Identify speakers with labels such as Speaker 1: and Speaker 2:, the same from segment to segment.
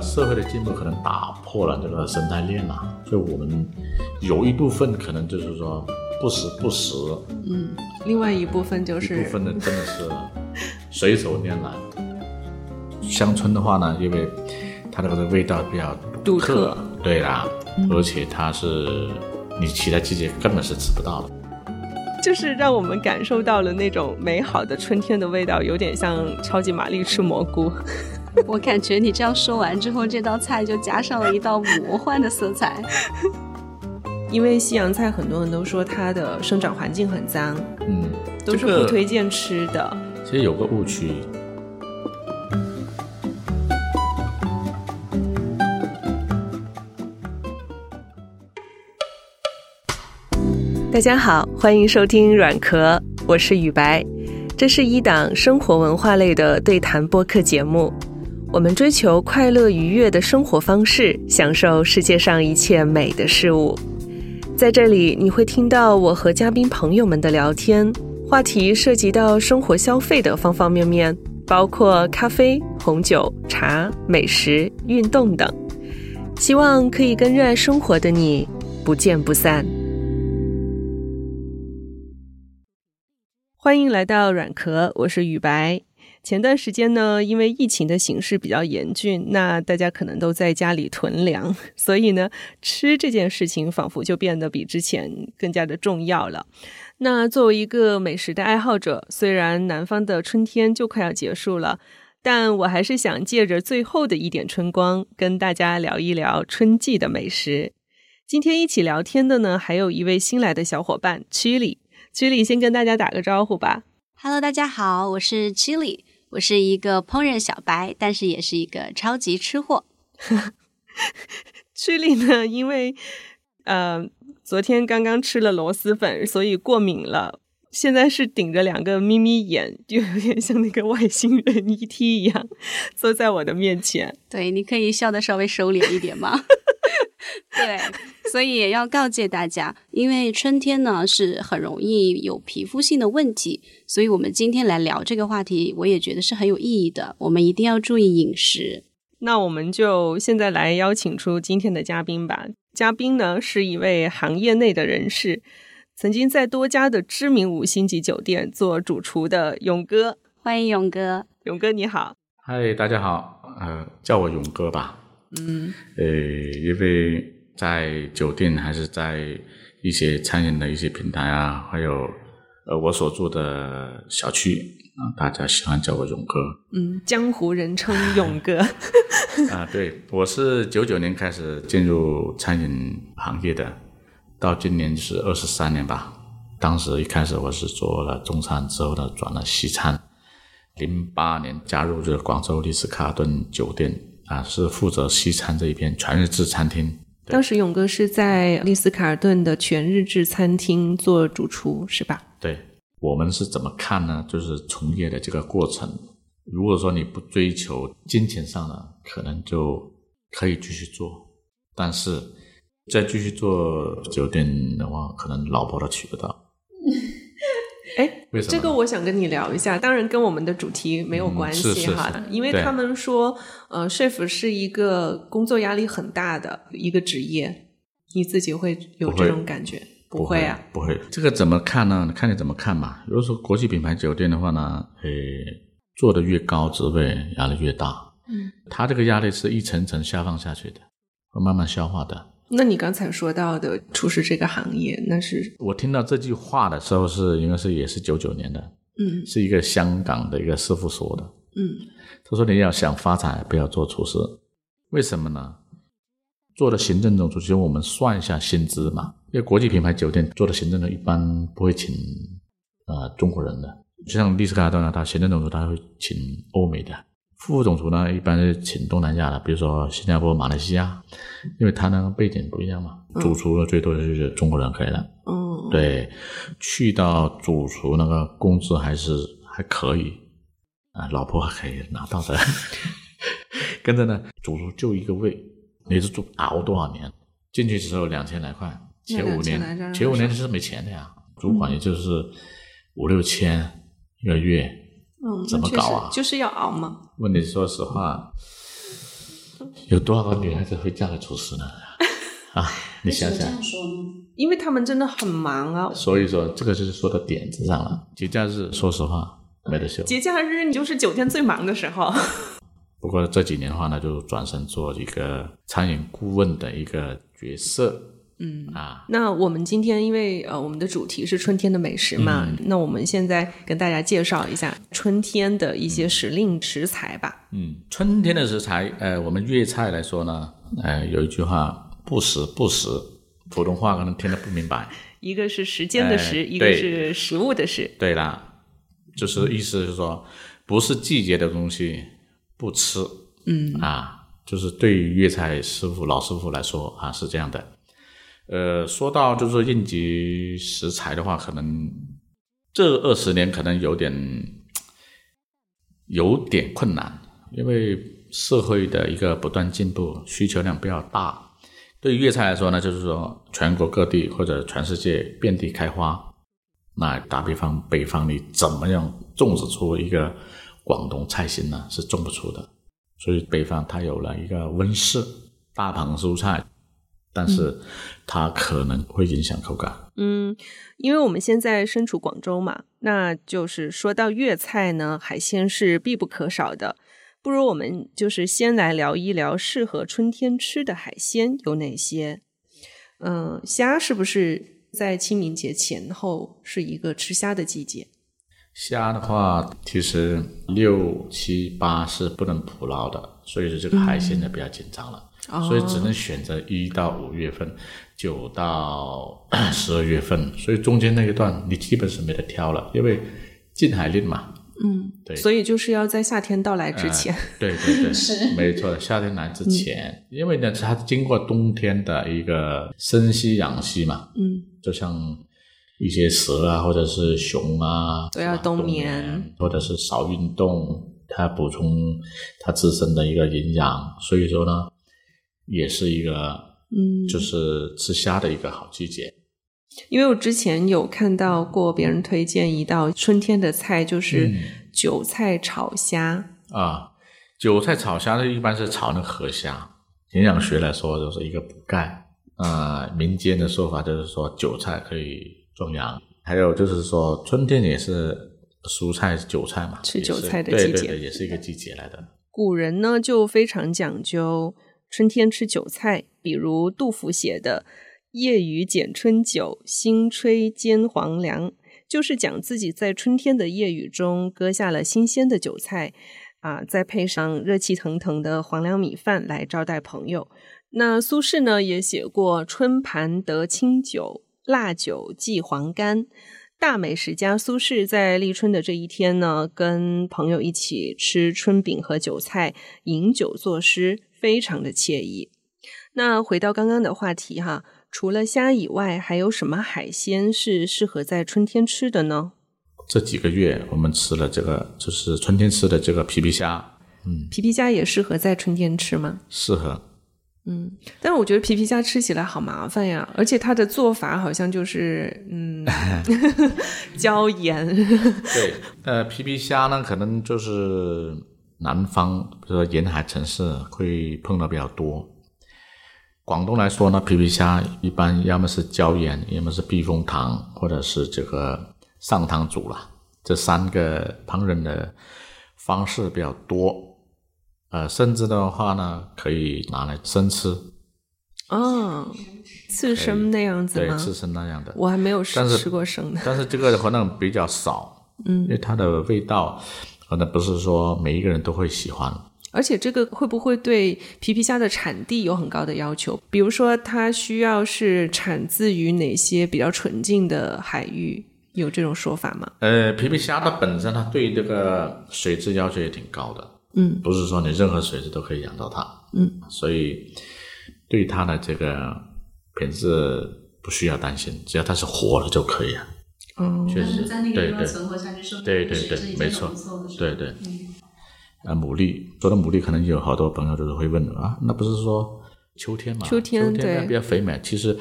Speaker 1: 社会的进步可能打破了这个生态链了，所以我们有一部分可能就是说不时不食，
Speaker 2: 嗯，另外一部分就
Speaker 1: 一
Speaker 2: 是
Speaker 1: 部分呢真的是随手拈来。乡村的话呢，因为它那个味道比较
Speaker 2: 独
Speaker 1: 特，
Speaker 2: 特嗯
Speaker 1: 对啦，而且它是你其他季节根本是吃不到的。
Speaker 3: 就是让我们感受到了那种美好的春天的味道，有点像超级玛丽吃蘑菇。
Speaker 4: 我感觉你这样说完之后，这道菜就加上了一道魔幻的色彩。
Speaker 3: 因为西洋菜很多人都说它的生长环境很脏，
Speaker 1: 嗯，
Speaker 3: 都是
Speaker 1: 这个
Speaker 3: 不推荐吃的。
Speaker 1: 其实有个误区，
Speaker 3: 大家好，欢迎收听软壳，我是雨白，这是一档生活文化类的对谈播客节目。我们追求快乐愉悦的生活方式，享受世界上一切美的事物。在这里，你会听到我和嘉宾朋友们的聊天，话题涉及到生活消费的方方面面，包括咖啡、红酒、茶、美食、运动等。希望可以跟热爱生活的你不见不散。欢迎来到软壳，我是雨白。前段时间呢，因为疫情的形势比较严峻，那大家可能都在家里囤粮， 所以呢，吃这件事情仿佛就变得比之前更加的重要了。那作为一个美食的爱好者，虽然南方的春天就快要结束了，但我还是想借着最后的一点春光，跟大家聊一聊春季的美食。今天一起聊天的呢，还有一位新来的小伙伴 Chili。居里先跟大家打个招呼吧。
Speaker 4: Hello，大家好，我是 Chili，我是一个烹饪小白，但是也是一个超级吃货。
Speaker 3: 居里呢，因为呃昨天刚刚吃了螺蛳粉，所以过敏了。现在是顶着两个眯眯眼，就有点像那个外星人 ET 一样， 坐在我的面前。
Speaker 4: 对，你可以笑的稍微收敛一点吗？ 对，所以也要告诫大家，因为春天呢是很容易有皮肤性的问题，所以我们今天来聊这个话题，我也觉得是很有意义的。我们一定要注意饮食。
Speaker 3: 那我们就现在来邀请出今天的嘉宾吧。嘉宾呢是一位行业内的人士，曾经在多家的知名五星级酒店做主厨的勇哥。
Speaker 4: 欢迎勇哥，
Speaker 3: 勇哥你好，
Speaker 1: 嗨，大家好，呃，叫我勇哥吧。
Speaker 2: 嗯，
Speaker 1: 呃，因为在酒店还是在一些餐饮的一些平台啊，还有呃我所住的小区啊，大家喜欢叫我勇哥
Speaker 3: 江湖人称勇哥。
Speaker 1: 啊。对，我是九九年开始进入餐饮行业的，到今年是二十三年吧。当时一开始我是做了中餐，之后呢转了西餐。零八年加入这个广州丽思卡尔顿酒店啊，是负责西餐这一片全日制餐厅。
Speaker 3: 当时勇哥是在丽思卡尔顿的全日制餐厅做主厨，是吧？
Speaker 1: 对，我们是怎么看呢？就是从业的这个过程，如果说你不追求金钱上的，可能就可以继续做，但是再继续做酒店的话，可能老婆都娶不到。
Speaker 3: 哎，
Speaker 1: 为什么呢
Speaker 3: 这个我想跟你聊一下，当然跟我们的主题没有关
Speaker 1: 嗯是
Speaker 3: 系
Speaker 1: 是
Speaker 3: 哈，
Speaker 1: 是
Speaker 3: 因为
Speaker 1: 对
Speaker 3: 他们说，呃，chef 是一个工作压力很大的一个职业，你自己会有
Speaker 1: 不会
Speaker 3: 这种感觉？不
Speaker 1: 会
Speaker 3: 啊，，
Speaker 1: 不会。这个怎么看呢？看你怎么看吧。如果说国际品牌酒店的话呢，诶，做的越高职位，压力越大。嗯，它这个压力是一层层下放下去的，会慢慢消化的。
Speaker 3: 那你刚才说到的厨师这个行业，那是
Speaker 1: 我听到这句话的时候是应该是也是九九年的，
Speaker 3: 嗯
Speaker 1: 是一个香港的一个师傅说的。
Speaker 3: 嗯
Speaker 1: 他说你要想发财，不要做厨师，为什么呢？做了行政总厨，其实我们算一下薪资嘛，因为国际品牌酒店做的行政的一般不会请呃中国人的，就像丽思卡尔顿啊，他行政总厨他会请欧美的，副总厨呢一般是请东南亚的，比如说新加坡、马来西亚，因为他那个背景不一样嘛，主厨呢最多就是中国人可以了。
Speaker 3: 嗯，
Speaker 1: 对，去到主厨那个工资还是还可以啊，老婆还可以拿到的。 跟着呢，主厨就一个位，你是做熬多少年？进去只有两千来块，前
Speaker 3: 那
Speaker 1: 五
Speaker 3: 2000来着
Speaker 1: 年前五年是没钱的呀，主
Speaker 3: 嗯
Speaker 1: 管也就是五六千一个月。
Speaker 3: 嗯，
Speaker 1: 怎么
Speaker 3: 那确
Speaker 1: 搞
Speaker 3: 实
Speaker 1: 啊
Speaker 3: 就是要熬嘛，
Speaker 1: 问你说实话，有多少个女孩子会嫁给厨师呢？ 啊，你想
Speaker 4: 为什么
Speaker 1: 想。
Speaker 4: 这样说呢？
Speaker 3: 因为他们真的很忙啊。
Speaker 1: 所以说，这个就是说到点子上了。节假日，说实话没得休。
Speaker 3: 节假日你就是九天最忙的时候，
Speaker 1: 不过这几年的话呢，就转身做一个餐饮顾问的一个角色。嗯啊，
Speaker 3: 那我们今天因为呃，我们的主题是春天的美食嘛，
Speaker 1: 嗯
Speaker 3: 那我们现在跟大家介绍一下春天的一些时令食材吧。
Speaker 1: 嗯，春天的食材，呃，我们粤菜来说呢，呃，有一句话“不时不食”，普通话可能听得不明白。
Speaker 3: 一个是时间的时，
Speaker 1: 哎
Speaker 3: 一个
Speaker 1: 对
Speaker 3: 是食物的食。
Speaker 1: 对啦，就是意思是说，不是季节的东西不吃。嗯啊，就是对于粤菜师傅老师傅来说啊，是这样的。呃，说到就是说应急食材的话，可能这二十年可能有点有点困难，因为社会的一个不断进步，需求量比较大。对于粤菜来说呢，就是说全国各地或者全世界遍地开花，那打比方，北方你怎么样种植出一个广东菜心呢？是种不出的。所以北方它有了一个温室大棚蔬菜，但是它可能会影响口感。
Speaker 3: 嗯，因为我们现在身处广州嘛，那就是说到粤菜呢，海鲜是必不可少的。不如我们就是先来聊一聊适合春天吃的海鲜有哪些。嗯、虾是不是在清明节前后是一个吃虾的季节？
Speaker 1: 虾的话，其实六七八是不能捕捞的，所以说这个海鲜呢比较紧张了，
Speaker 3: 哦
Speaker 1: 所以只能选择一到五月份，九到十二月份，所以中间那一段你基本是没得挑了，因为禁海令嘛。嗯，对，哎
Speaker 3: 所以就是要在夏天到来之前。
Speaker 1: 对对对，是没错。夏天来之前，因为呢，它经过冬天的一个生息养息嘛，
Speaker 3: 嗯，
Speaker 1: 就像一些蛇啊，或者是熊啊，
Speaker 3: 都要
Speaker 1: 是吧
Speaker 3: 冬
Speaker 1: 冬
Speaker 3: 眠
Speaker 1: 或者是少运动，它补充它自身的一个营养，所以说呢，也是一个
Speaker 3: 嗯
Speaker 1: 就是吃虾的一个好季节。
Speaker 3: 因为我之前有看到过别人推荐一道春天的菜，就是
Speaker 1: 嗯
Speaker 3: 韭菜炒虾。
Speaker 1: 啊，韭菜炒虾呢，一般是炒那个河虾。营养学来说，就是一个补钙。啊、民间的说法就是说，韭菜可以壮阳。还有就是说，春天也是蔬菜、韭菜嘛，
Speaker 3: 吃
Speaker 1: 也是
Speaker 3: 韭菜的季
Speaker 1: 对
Speaker 3: 节
Speaker 1: 对对，也是一个季节来的。
Speaker 3: 古人呢就非常讲究春天吃韭菜，比如杜甫写的“夜雨剪春韭，新炊煎黄粱”，就是讲自己在春天的夜雨中割下了新鲜的韭菜，啊，再配上热气腾腾的黄粱米饭来招待朋友。那苏轼呢也写过“春盘得清酒，辣酒祭黄干”。大美食家苏轼在立春的这一天呢，跟朋友一起吃春饼和韭菜，饮酒作诗，非常的惬意。那回到刚刚的话题哈，除了虾以外，还有什么海鲜是适合在春天吃的呢？
Speaker 1: 这几个月我们吃了这个，就是春天吃的这个皮皮虾，
Speaker 3: 皮皮虾也适合在春天吃吗？嗯
Speaker 1: 适合。
Speaker 3: 但是我觉得皮皮虾吃起来好麻烦呀，而且它的做法好像就是嗯，椒盐，
Speaker 1: 对， 呃，皮皮虾呢，可能就是南方，比如说沿海城市会碰到比较多。广东来说呢，皮皮虾一般要么是椒盐，要么是避风塘，或者是这个上汤煮啦，这三个烹饪的方式比较多。呃，甚至的话呢，可以拿来生吃，
Speaker 3: 哦，刺身那样子
Speaker 1: 对，
Speaker 3: 吗？
Speaker 1: 刺身那样的。
Speaker 3: 我还没有吃
Speaker 1: 但是
Speaker 3: 吃过生的。
Speaker 1: 但是这个的话呢比较少，嗯，因为它的味道可能不是说每一个人都会喜欢。
Speaker 3: 而且这个会不会对皮皮虾的产地有很高的要求？比如说，它需要是产自于哪些比较纯净的海域？有这种说法吗？
Speaker 1: 呃，皮皮虾它本身它对这个水质要求也挺高的，
Speaker 3: 嗯，
Speaker 1: 不是说你任何水质都可以养到它，嗯，所以对它的这个品质不需要担心，只要它是活的就可以了。啊
Speaker 3: 嗯，
Speaker 1: 确实，
Speaker 4: 在那个
Speaker 1: 对
Speaker 4: 地方
Speaker 1: 对
Speaker 4: 存活下去，生活
Speaker 1: 对对对没错对对，
Speaker 4: 嗯
Speaker 1: 呃，牡蛎说到牡蛎，可能有好多朋友就是会问啊，那不是说秋天嘛？
Speaker 3: 秋天
Speaker 1: 天
Speaker 3: 对
Speaker 1: 比较肥美。其实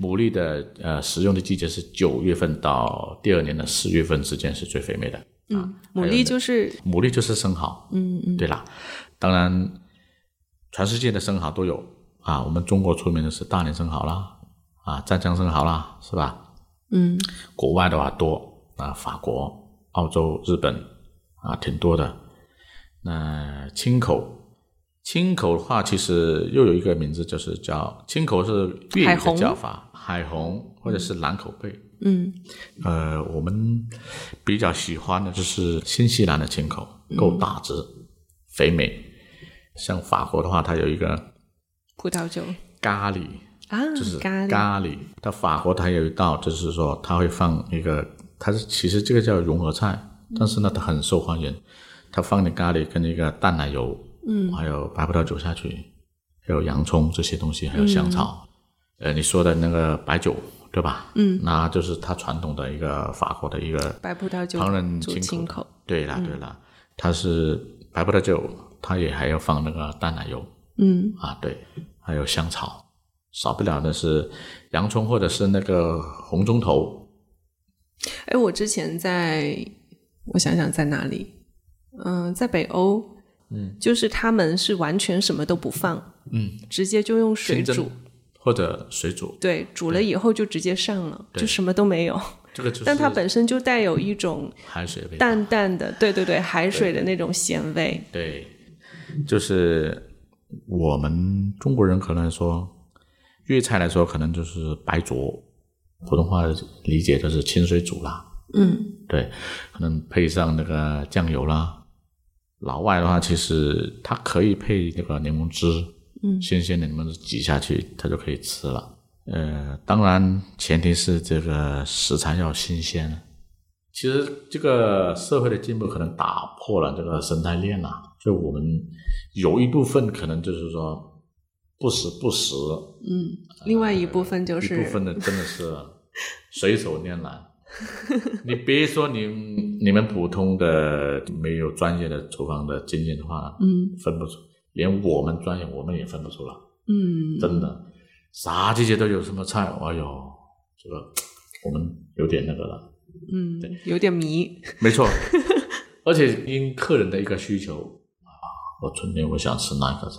Speaker 1: 牡蛎的呃食用的季节是九月份到第二年的四月份之间是最肥美的。嗯，
Speaker 3: 牡
Speaker 1: 还有
Speaker 3: 蛎
Speaker 1: 呢
Speaker 3: 就是
Speaker 1: 牡蛎就是生蚝，嗯嗯，对啦。当然，全世界的生蚝都有啊。我们中国出名的是大连生蚝啦，啊，湛江生蚝啦，是吧？
Speaker 5: 嗯
Speaker 1: 国外的话多啊，法国、澳洲、日本啊，挺多的。那青口，青口的话，其实又有一个名字，就是叫青口是粤
Speaker 5: 海
Speaker 1: 语的
Speaker 5: 虹
Speaker 1: 叫法，海虹或者是蓝口贝。
Speaker 5: 嗯
Speaker 1: 呃，我们比较喜欢的就是新西兰的青口，够大只，肥美。像法国的话，它有一个
Speaker 3: 葡萄酒，
Speaker 1: 咖喱，
Speaker 5: 啊，
Speaker 1: 就是
Speaker 5: 咖喱
Speaker 1: 咖喱。它法国它有一道，就是说它会放一个，它是其实这个叫融合菜，但是呢它很受欢迎，它放点咖喱跟那个淡奶油，嗯，还有白葡萄酒下去，还有洋葱这些东西，还有香草，呃，你说的那个白酒对吧？嗯，那就是它传统的一个法国的一个
Speaker 3: 白葡萄酒
Speaker 1: 旁人
Speaker 3: 煮
Speaker 1: 清
Speaker 3: 清
Speaker 1: 口
Speaker 3: 口
Speaker 1: 的。对
Speaker 3: 嗯
Speaker 1: 啦对啦，它是白葡萄酒，它也还要放那个淡奶油。
Speaker 5: 嗯
Speaker 1: 啊，对，还有香草，少不了的是洋葱或者是那个红中头。
Speaker 3: 哎，我之前在，我想想在哪里？嗯、在北欧，嗯，就是他们是完全什么都不放，
Speaker 1: 嗯，
Speaker 3: 直接就用水
Speaker 1: 清蒸
Speaker 3: 煮，
Speaker 1: 或者水煮，
Speaker 3: 对，煮了以后就直接上了，就什么都没有。
Speaker 1: 这个就是
Speaker 3: 但它本身就带有一种
Speaker 1: 海水味道。
Speaker 3: 淡淡的，对对对，海水的那种咸味。
Speaker 1: 对，就是我们中国人可能说粤菜来说，可能就是白灼，普通话理解就是清水煮啦。
Speaker 3: 嗯
Speaker 1: 对，可能配上那个酱油啦。老外的话，其实它可以配那个柠檬汁，嗯，新鲜的柠檬汁挤下去，它就可以吃了。呃，当然前提是这个食材要新鲜。其实这个社会的进步可能打破了这个生态链了、所以我们有一部分可能就是说不时不食，
Speaker 3: 嗯，另外一部分就
Speaker 1: 呃一
Speaker 3: 是
Speaker 1: 部分的真的 是随手拈来。你别说你你们普通的没有专业的厨房的经验的话，
Speaker 3: 嗯
Speaker 1: 分不出，连我们专业我们也分不出来，
Speaker 3: 嗯，
Speaker 1: 真的，啥季节都有什么菜，哎呦，这个我们有点那个了。
Speaker 3: 嗯，有点迷。
Speaker 1: 没错， 而且因客人的一个需求啊，我春天我想吃那个菜，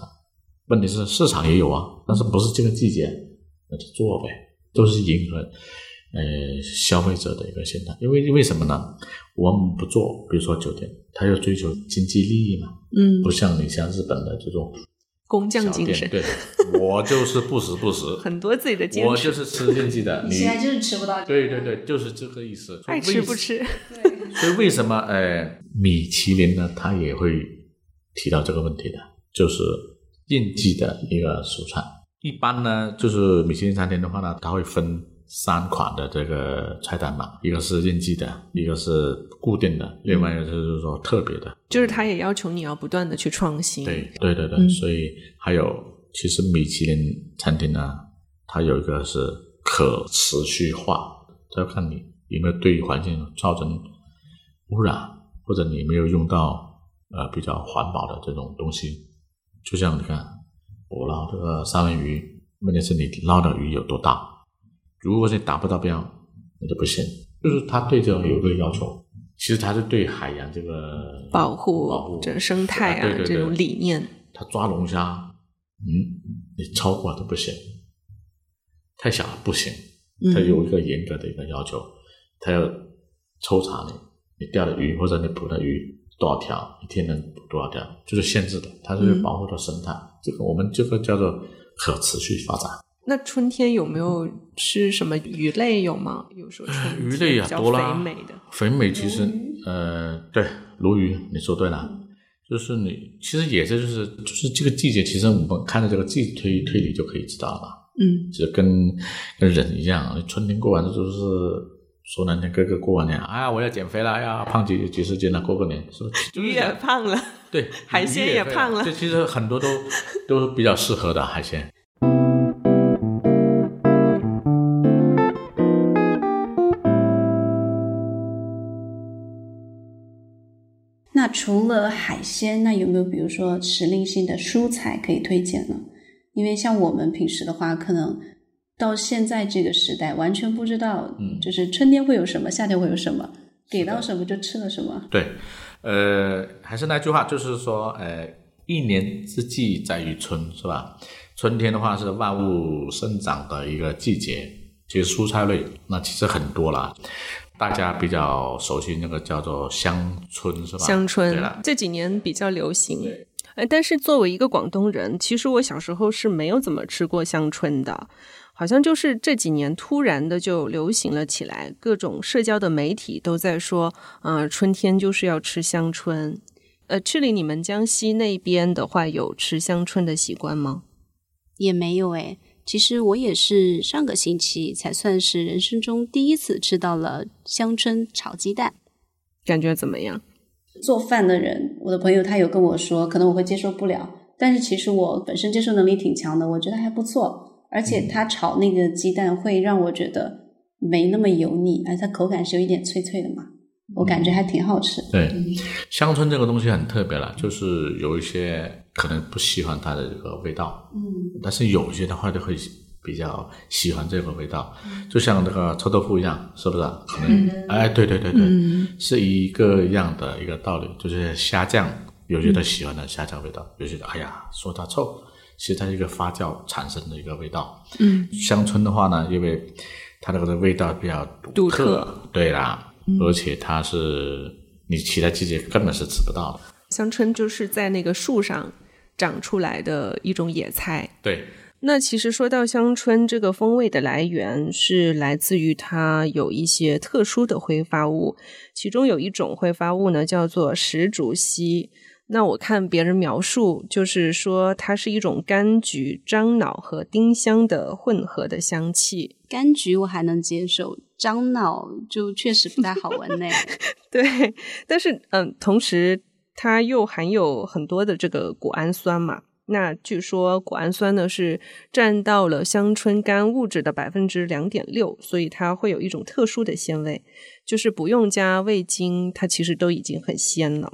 Speaker 1: 问题是市场也有啊，但是不是这个季节，那就做呗，都是迎合呃消费者的一个心态，因为因为什么呢？我们不做，比如说酒店，它要追求经济利益嘛，
Speaker 3: 嗯，
Speaker 1: 不像你像日本的这种
Speaker 3: 工匠
Speaker 1: 小
Speaker 3: 精
Speaker 1: 店，
Speaker 3: 神，
Speaker 1: 对，我就是不时不食，
Speaker 3: 很多自己的坚
Speaker 1: 我
Speaker 3: 持，
Speaker 1: 就是吃经济 的，你
Speaker 6: 就是吃不到
Speaker 1: 对对对，就是这个意思，
Speaker 3: 爱吃不吃。
Speaker 1: 所以为什么呃，米其林呢，它也会提到这个问题的，就是应季的一个蔬菜。一般呢，就是米其林餐厅的话呢，它会分三款的这个菜单嘛，一个是应季的，一个是固定的，另外一个就是说特别的。
Speaker 3: 就是他也要求你要不断的去创新。
Speaker 1: 对，对对对，所以还有，其实米其林餐厅呢，它有一个是可持续化，它要看你有没有对环境造成污染，或者你有没有用到呃比较环保的这种东西。就像你看，我捞这个三文鱼，问题是你捞的鱼有多大，如果是达不到标，那就不行。就是他对这种有一个要求，其实他是对海洋这个
Speaker 3: 保护
Speaker 1: 保护
Speaker 3: 这种生态啊
Speaker 1: 对对对
Speaker 3: 这种理念。
Speaker 1: 他抓龙虾，嗯，你超过都不行，太小了不行，
Speaker 3: 嗯
Speaker 1: 他有一个严格的一个要求，他要抽查你，你钓的鱼或者你捕的鱼多少条，一天能捕多少条，就是限制的，它是
Speaker 3: 嗯
Speaker 1: 保护的生态，这个我们这个叫做可持续发展。
Speaker 3: 那春天有没有吃什么鱼类有吗？有说春天
Speaker 1: 啊鱼类也
Speaker 3: 比较
Speaker 1: 多啦，
Speaker 3: 肥美的，
Speaker 1: 肥美其
Speaker 3: 哦
Speaker 1: 实呃，对，鲈鱼，你说对了，就是你其实也是就是就是这个季节，其实我们看着这个季推推理就可以知道了嘛。
Speaker 3: 嗯
Speaker 1: 就跟跟人一样，啊春天过完了就是说难听，哥哥过完年，哎呀，我要减肥了，哎呀，胖几几十斤了，过个年是吧？ 就是
Speaker 3: 鱼
Speaker 1: 这
Speaker 3: 也
Speaker 1: 样
Speaker 3: 胖了。
Speaker 1: 对，
Speaker 3: 海鲜
Speaker 1: 鱼
Speaker 3: 也
Speaker 1: 肥
Speaker 3: 胖了
Speaker 1: 这其实很多都 都比较适合的啊海鲜。
Speaker 4: 那除了海鲜，那有没有比如说时令性的蔬菜可以推荐呢？因为像我们平时的话，可能到现在这个时代，完全不知道，
Speaker 1: 嗯
Speaker 4: 就是春天会有什么，夏天会有什么，给到什么就吃了什么。
Speaker 1: 对，呃，还是那句话，就是说，呃，一年之计在于春，是吧？春天的话是万物生长的一个季节，其实蔬菜类那其实很多啦，大家比较熟悉那个叫做香椿，是吧？
Speaker 7: 香
Speaker 1: 对
Speaker 7: 椿
Speaker 1: 了，
Speaker 3: 这几年比较流行
Speaker 1: 对。
Speaker 3: 哎，但是作为一个广东人，其实我小时候是没有怎么吃过香椿的，好像就是这几年突然的就流行了起来，各种社交的媒体都在说，啊、春天就是要吃香椿。呃，赤里你们江西那边的话，有吃香椿的习惯吗？
Speaker 4: 也没有诶，其实我也是上个星期才算是人生中第一次吃到了香椿炒鸡蛋。
Speaker 3: 感觉怎么样？
Speaker 8: 做饭的人，我的朋友他有跟我说，可能我会接受不了，但是其实我本身接受能力挺强的，我觉得还不错。而
Speaker 4: 嗯
Speaker 8: 且他炒那个鸡蛋会让我觉得没那么油腻，而它口感是有一点脆脆的嘛，
Speaker 4: 嗯
Speaker 8: 我感觉还挺好吃。
Speaker 1: 对，香椿这个东西很特别了，就是有一些可能不喜欢它的这个味道，
Speaker 8: 嗯，
Speaker 1: 但是有些的话就会比较喜欢这个味道，就像那个臭豆腐一样，是嗯不是啊？可能、哎，对对对对，是一个样的一个道理，就是虾酱，有些的喜欢的虾酱味道，有些的哎呀说它臭，其实它是一个发酵产生的一个味道。嗯，香椿的话呢，因为它那个味道比较
Speaker 7: 独
Speaker 1: 独
Speaker 7: 特嗯
Speaker 1: 对啦，而且它是你其他季节根本是吃不到的。
Speaker 7: 香椿就是在那个树上长出来的一种野菜。
Speaker 1: 对，
Speaker 3: 那其实说到香椿这个风味的来源，是来自于它有一些特殊的挥发物，其中有一种挥发物呢叫做石竹烯。那我看别人描述，就是说它是一种柑橘、樟脑和丁香的混合的香气。
Speaker 4: 柑橘我还能接受，樟脑就确实不太好闻 呢。
Speaker 3: 对，但是嗯，同时它又含有很多的这个谷氨酸嘛。那据说谷氨酸呢是占到了香椿干物质的百分之两点六，所以它会有一种特殊的鲜味，就是不用加味精，它其实都已经很鲜了。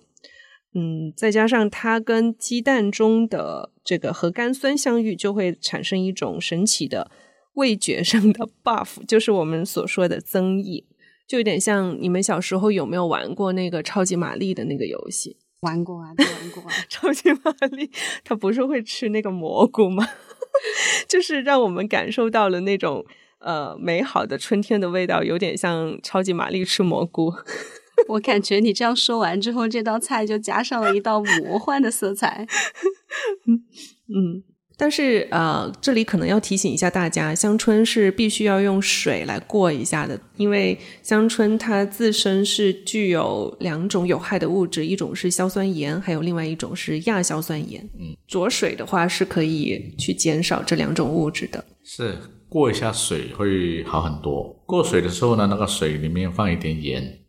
Speaker 3: 嗯，再加上它跟鸡蛋中的这个核苷酸相遇，就会产生一种神奇的味觉上的 buff，就是我们所说的增益。就有点像你们小时候有没有玩过那个超级玛丽的那个游戏？
Speaker 4: 玩过啊，都玩过 啊。
Speaker 3: 超级玛丽它不是会吃那个蘑菇吗？ 就是让我们感受到了那种呃美好的春天的味道，有点像超级玛丽吃蘑菇。
Speaker 4: 我感觉你这样说完之后，这道菜就加上了一道魔幻的色彩。
Speaker 3: 嗯，
Speaker 7: 但是呃，这里可能要提醒一下大家，香椿是必须要用水来过一下的，因为香椿它自身是具有两种有害的物质，一种是硝酸盐，还有另外一种是亚硝酸盐。
Speaker 1: 嗯，
Speaker 7: 着水的话是可以去减少这两种物质的。
Speaker 1: 是过一下水会好很多。过水的时候呢，那个水里面放一点盐，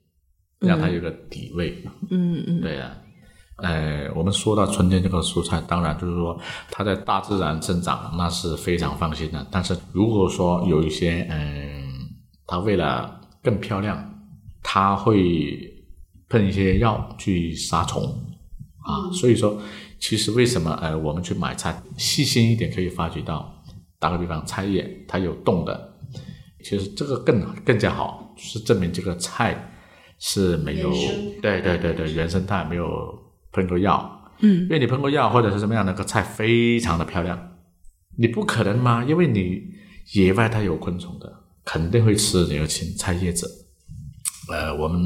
Speaker 1: 让它有个底味。
Speaker 7: 嗯嗯，
Speaker 1: 对呀、啊呃，我们说到春天这个蔬菜，当然就是说它在大自然生长，那是非常放心的。但是如果说有一些，嗯、它为了更漂亮，它会喷一些药去杀虫啊。
Speaker 8: 嗯
Speaker 1: 所以说，其实为什么呃我们去买菜，细心一点可以发觉到，打个比方，菜叶它有洞的，其实这个更更加好，是证明这个菜是没有
Speaker 8: 原生态嗯
Speaker 1: 对对对对原生态没有喷过药，
Speaker 7: 嗯
Speaker 1: 因为你喷过药或者是什么样的，那个菜非常的漂亮，你不可能嘛，因为你野外它有昆虫的，肯定会吃你的芹菜叶子。呃，我们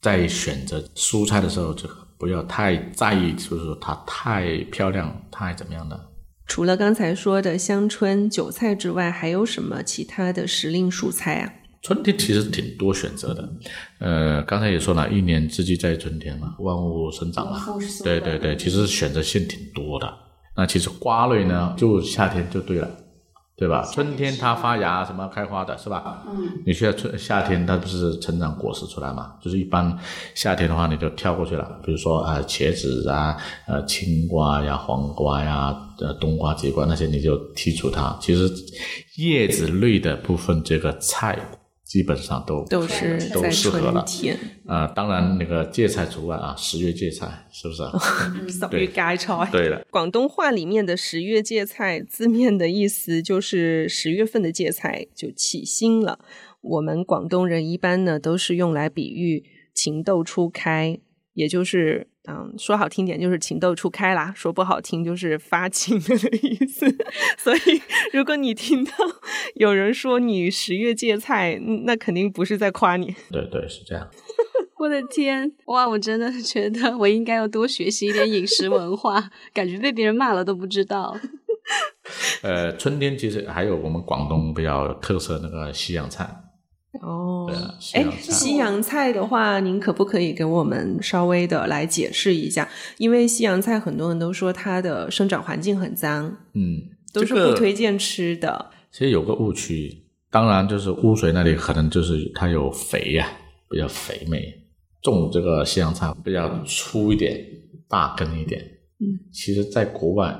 Speaker 1: 在选择蔬菜的时候，这个不要太在意，就是说它太漂亮、太怎么样的。
Speaker 7: 除了刚才说的香椿、韭菜之外，还有什么其他的时令蔬菜啊？
Speaker 1: 春天其实挺多选择的，呃，刚才也说了，一年之计在于春天嘛，万物生长嘛，对对对，其实选择性挺多的。那其实瓜类呢，就夏天就对了，对吧？春天它发芽什么开花的是吧？嗯，你现在春夏天它不是成长果实出来嘛？就是一般夏天的话你就跳过去了，比如说啊、呃茄子啊、呃青瓜呀、黄瓜呀、呃冬瓜、节瓜那些你就剔除它。其实叶子类的部分，这个菜基本上都
Speaker 7: 都是
Speaker 1: 都
Speaker 7: 在
Speaker 1: 适合
Speaker 7: 春
Speaker 1: 了。
Speaker 7: 天，
Speaker 1: 啊、当然那个芥菜除外啊，十月芥菜是不是、啊？
Speaker 3: 扫
Speaker 1: 对
Speaker 3: 该超
Speaker 1: 对了，
Speaker 3: 广东话里面的十月芥菜，字面的意思就是十月份的芥菜就起新了。我们广东人一般呢都是用来比喻情窦初开，也就是嗯，说好听点就是情窦初开啦，说不好听就是发情的意思。 所以，如果你听到有人说你十月芥菜，嗯那肯定不是在夸你。
Speaker 1: 对对，是这样。
Speaker 6: 我的天，哇！我真的觉得我应该要多学习一点饮食文化，感觉被别人骂了都不知道。
Speaker 1: 呃，春天其实还有我们广东比较有特色那个西洋菜，
Speaker 3: 哦
Speaker 1: 对啊，西
Speaker 3: 哎
Speaker 1: 洋，菜
Speaker 3: 西洋菜的话，您可不可以给我们稍微的来解释一下？因为西洋菜很多人都说它的生长环境很脏，
Speaker 1: 嗯，
Speaker 3: 都是
Speaker 1: 这个
Speaker 3: 不推荐吃的。
Speaker 1: 其实有个误区，当然就是污水那里可能就是它有肥呀、比较肥美。种这个西洋菜比较粗一点，大根一点。嗯，其实在国外，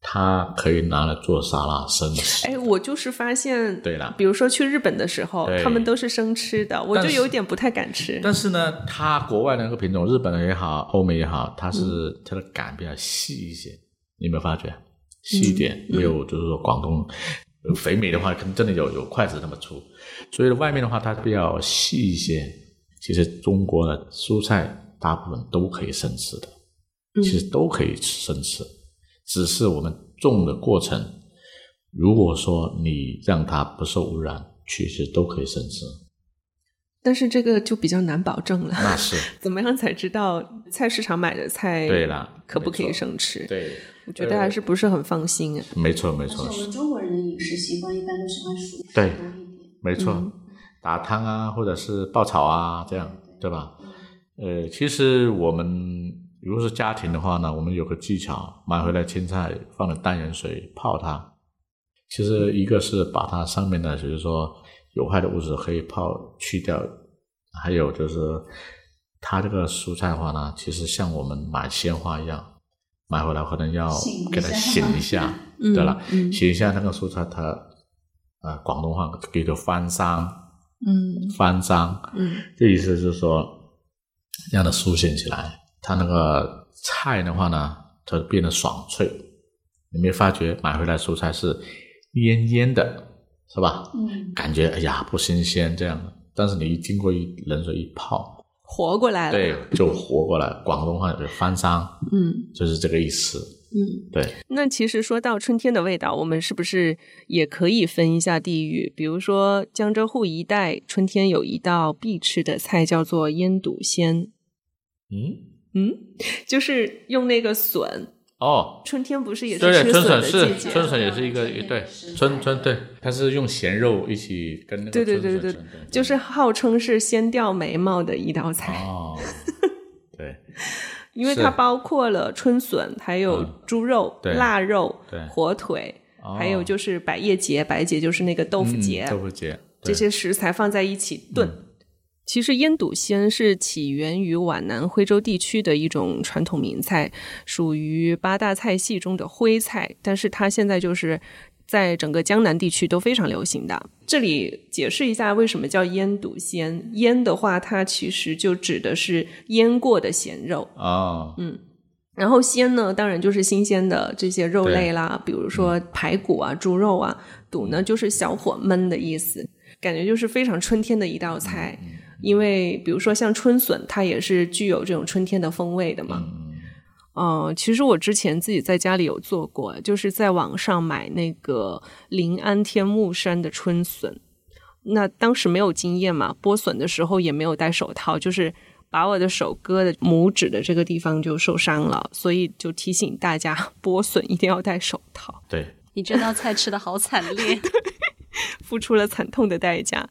Speaker 1: 它可以拿来做沙拉生吃。
Speaker 3: 哎，我就是发现，
Speaker 1: 对啦
Speaker 3: 比如说去日本的时候，
Speaker 1: 对
Speaker 3: 他们都是生吃的，我就
Speaker 1: 但是
Speaker 3: 有点不太敢吃。
Speaker 1: 但是呢，它国外的那个品种，日本的也好，欧美也好，它是、
Speaker 4: 嗯
Speaker 1: 它的杆比较细一些，你有没有发觉？细一点，没
Speaker 4: 嗯
Speaker 1: 有就是说广东有肥美的话，可能真的有有筷子那么粗，所以外面的话它比较细一些。其实中国的蔬菜大部分都可以生吃的，
Speaker 3: 嗯
Speaker 4: 嗯
Speaker 1: 其实都可以生吃，只是我们种的过程，如果说你让它不受污染，其实都可以生吃。
Speaker 3: 但是这个就比较难保证了，
Speaker 1: 那是
Speaker 3: 怎么样才知道菜市场买的菜
Speaker 1: 对啦
Speaker 3: 可不可以
Speaker 1: 没错
Speaker 3: 生吃？
Speaker 1: 对，
Speaker 3: 我觉得还是不是很放心啊。
Speaker 1: 没错，没
Speaker 4: 而且
Speaker 1: 错，
Speaker 4: 我们中国人的饮食习惯一般都喜欢熟食多
Speaker 1: 对
Speaker 4: 一点。
Speaker 1: 没错，打汤啊，或者是爆炒啊，这样对吧？呃，其实我们如果是家庭的话呢，我们有个技巧，买回来青菜放了淡盐水泡它。其实一个是把它上面的，就是说有害的物质可以泡去掉，还有就是它这个蔬菜的话呢，其实像我们买鲜花一样，买回来可能要
Speaker 4: 醒一
Speaker 1: 给它
Speaker 4: 下
Speaker 1: 醒一下，
Speaker 3: 嗯
Speaker 1: 对了，
Speaker 3: 嗯
Speaker 1: 写一下那个蔬菜，它呃广东话叫做翻桑，
Speaker 3: 嗯
Speaker 1: 翻桑，
Speaker 3: 嗯
Speaker 1: 这意思就是说让它苏醒起来。它那个菜的话呢，它变得爽脆。你没发觉买回来蔬菜是蔫蔫的，是吧？
Speaker 4: 嗯，
Speaker 1: 感觉哎呀不新鲜这样的，但是你一经过一冷水一泡，
Speaker 3: 活过来了。
Speaker 1: 对，就活过来。广东话叫翻桑，
Speaker 3: 嗯
Speaker 1: 就是这个意思。
Speaker 3: 嗯。
Speaker 1: 对，
Speaker 3: 那其实说到春天的味道，我们是不是也可以分一下地域？比如说江浙沪一带，春天有一道必吃的菜叫做腌笃鲜，
Speaker 1: 嗯，
Speaker 3: 嗯，就是用那个笋。
Speaker 1: 哦，
Speaker 3: 春天不是也
Speaker 1: 对
Speaker 3: 是
Speaker 1: 对，
Speaker 3: 吃
Speaker 1: 春笋
Speaker 3: 笋的
Speaker 1: 是
Speaker 3: 季节？
Speaker 1: 春笋也是一个对春春对，它是用咸肉一起跟那个
Speaker 3: 对对
Speaker 1: 春
Speaker 3: 对
Speaker 1: 笋
Speaker 3: 对
Speaker 1: 春笋对
Speaker 3: 就是号称是先掉眉毛的一道菜，
Speaker 1: 哦，对
Speaker 3: 因为
Speaker 1: 是
Speaker 3: 它包括了春笋，还有
Speaker 1: 嗯
Speaker 3: 猪肉、
Speaker 1: 对
Speaker 3: 腊肉
Speaker 1: 对、
Speaker 3: 火腿，
Speaker 1: 哦
Speaker 3: 还有就是百叶结，百叶结就是那个豆腐
Speaker 1: 嗯
Speaker 3: 结，
Speaker 1: 豆腐结
Speaker 3: 这
Speaker 1: 对
Speaker 3: 些食材放在一起炖。其实腌笃鲜是起源于皖南徽州地区的一种传统名菜，属于八大菜系中的徽菜，但是它现在就是在整个江南地区都非常流行的。这里解释一下为什么叫腌笃鲜。腌的话，它其实就指的是腌过的咸肉，
Speaker 1: 哦，嗯
Speaker 3: 然后鲜呢，当然就是新鲜的这些肉类啦，比如说排骨啊、猪肉啊。肚呢，就是小火焖的意思，感觉就是非常春天的一道菜。因为比如说像春笋，它也是具有这种春天的风味的
Speaker 1: 嗯
Speaker 3: 嘛。嗯、其实我之前自己在家里有做过，就是在网上买那个临安天目山的春笋，那当时没有经验嘛，剥笋的时候也没有戴手套，就是把我的手割的拇指的这个地方就受伤了，所以就提醒大家剥笋一定要戴手套，
Speaker 1: 对，
Speaker 6: 你这道菜吃的好惨烈，
Speaker 3: 付出了惨痛的代价。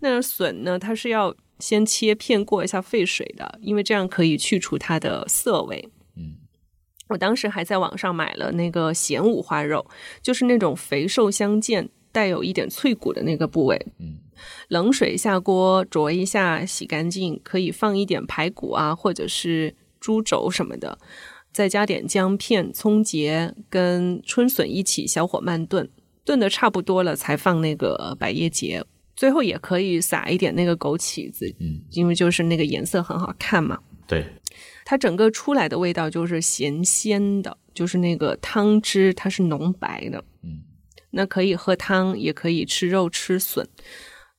Speaker 3: 那笋呢，它是要先切片过一下沸水的，因为这样可以去除它的涩味。
Speaker 1: 嗯，
Speaker 3: 我当时还在网上买了那个咸五花肉，就是那种肥瘦相间、带有一点脆骨的那个部位。
Speaker 1: 嗯，
Speaker 3: 冷水下锅灼一下，洗干净，可以放一点排骨啊，或者是猪肘什么的，再加点姜片、葱节跟春笋一起小火慢炖，炖的差不多了才放那个百叶结，最后也可以撒一点那个枸杞子，
Speaker 1: 嗯
Speaker 3: 因为就是那个颜色很好看嘛。
Speaker 1: 对，
Speaker 3: 它整个出来的味道就是咸鲜的，就是那个汤汁它是浓白的。
Speaker 1: 嗯，
Speaker 3: 那可以喝汤，也可以吃肉吃笋。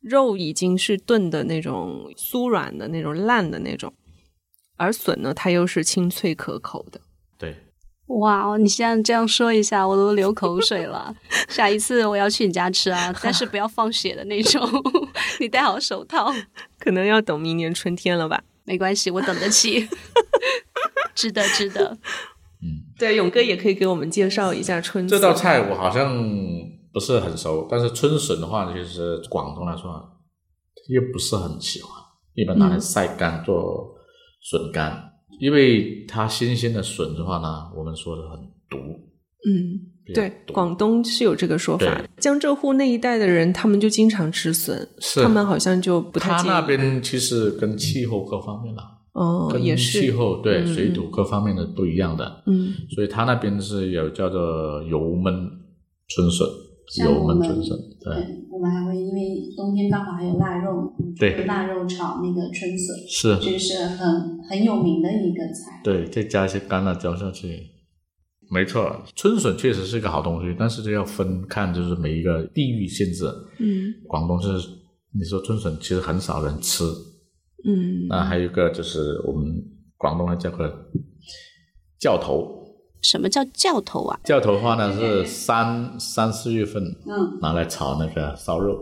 Speaker 3: 肉已经是炖的那种酥软的那种烂的那种，而笋呢，它又是清脆可口的。
Speaker 1: 对，
Speaker 3: 嗯
Speaker 6: 哇哦，你现在这样说一下，我都流口水了。下一次我要去你家吃啊，但是不要放血的那种， 你戴好手套。
Speaker 3: 可能要等明年春天了吧？
Speaker 6: 没关系，我等得起， 值得，值得。
Speaker 1: 嗯，
Speaker 3: 对，勇哥也可以给我们介绍一下春
Speaker 1: 这
Speaker 3: 笋。
Speaker 1: 道菜我好像不是很熟，但是春笋的话，就是广东来说啊又不是很喜欢，一般拿
Speaker 3: 嗯
Speaker 1: 来晒干做笋干，因为它新鲜的笋的话呢，我们说的很毒，
Speaker 3: 嗯，
Speaker 1: 比较
Speaker 3: 对，
Speaker 1: 毒
Speaker 3: 广东是有这个说法
Speaker 1: 对。
Speaker 3: 江浙沪那一带的人，他们就经常吃笋，
Speaker 1: 是
Speaker 3: 他们好像就不太
Speaker 1: 它
Speaker 3: 介
Speaker 1: 那
Speaker 3: 意。
Speaker 1: 边其实跟气候各方面啦，
Speaker 3: 哦，
Speaker 1: 跟
Speaker 3: 也
Speaker 1: 气
Speaker 3: 是，
Speaker 1: 候对、
Speaker 3: 嗯
Speaker 1: 水土各方面的不一样的，
Speaker 3: 嗯，
Speaker 1: 所以它那边是有叫做油焖春笋，
Speaker 4: 像
Speaker 1: 油
Speaker 4: 我们
Speaker 1: 焖春笋，对，
Speaker 4: 对，我们还会因为冬天刚好还有腊肉，嗯
Speaker 1: 对
Speaker 4: 腊肉炒那个春笋，
Speaker 1: 是，
Speaker 4: 这是很很有名的一个菜。
Speaker 1: 对，再加一些干辣椒下去。没错，春笋确实是一个好东西，但是这要分看就是每一个地域限制。
Speaker 3: 嗯
Speaker 1: 广东是你说春笋其实很少人吃，
Speaker 3: 嗯，
Speaker 1: 那还有一个就是我们广东人叫个教头，
Speaker 6: 什么叫教头啊？
Speaker 1: 教头的话呢是三三四月份
Speaker 4: 嗯，
Speaker 1: 拿来炒那个烧肉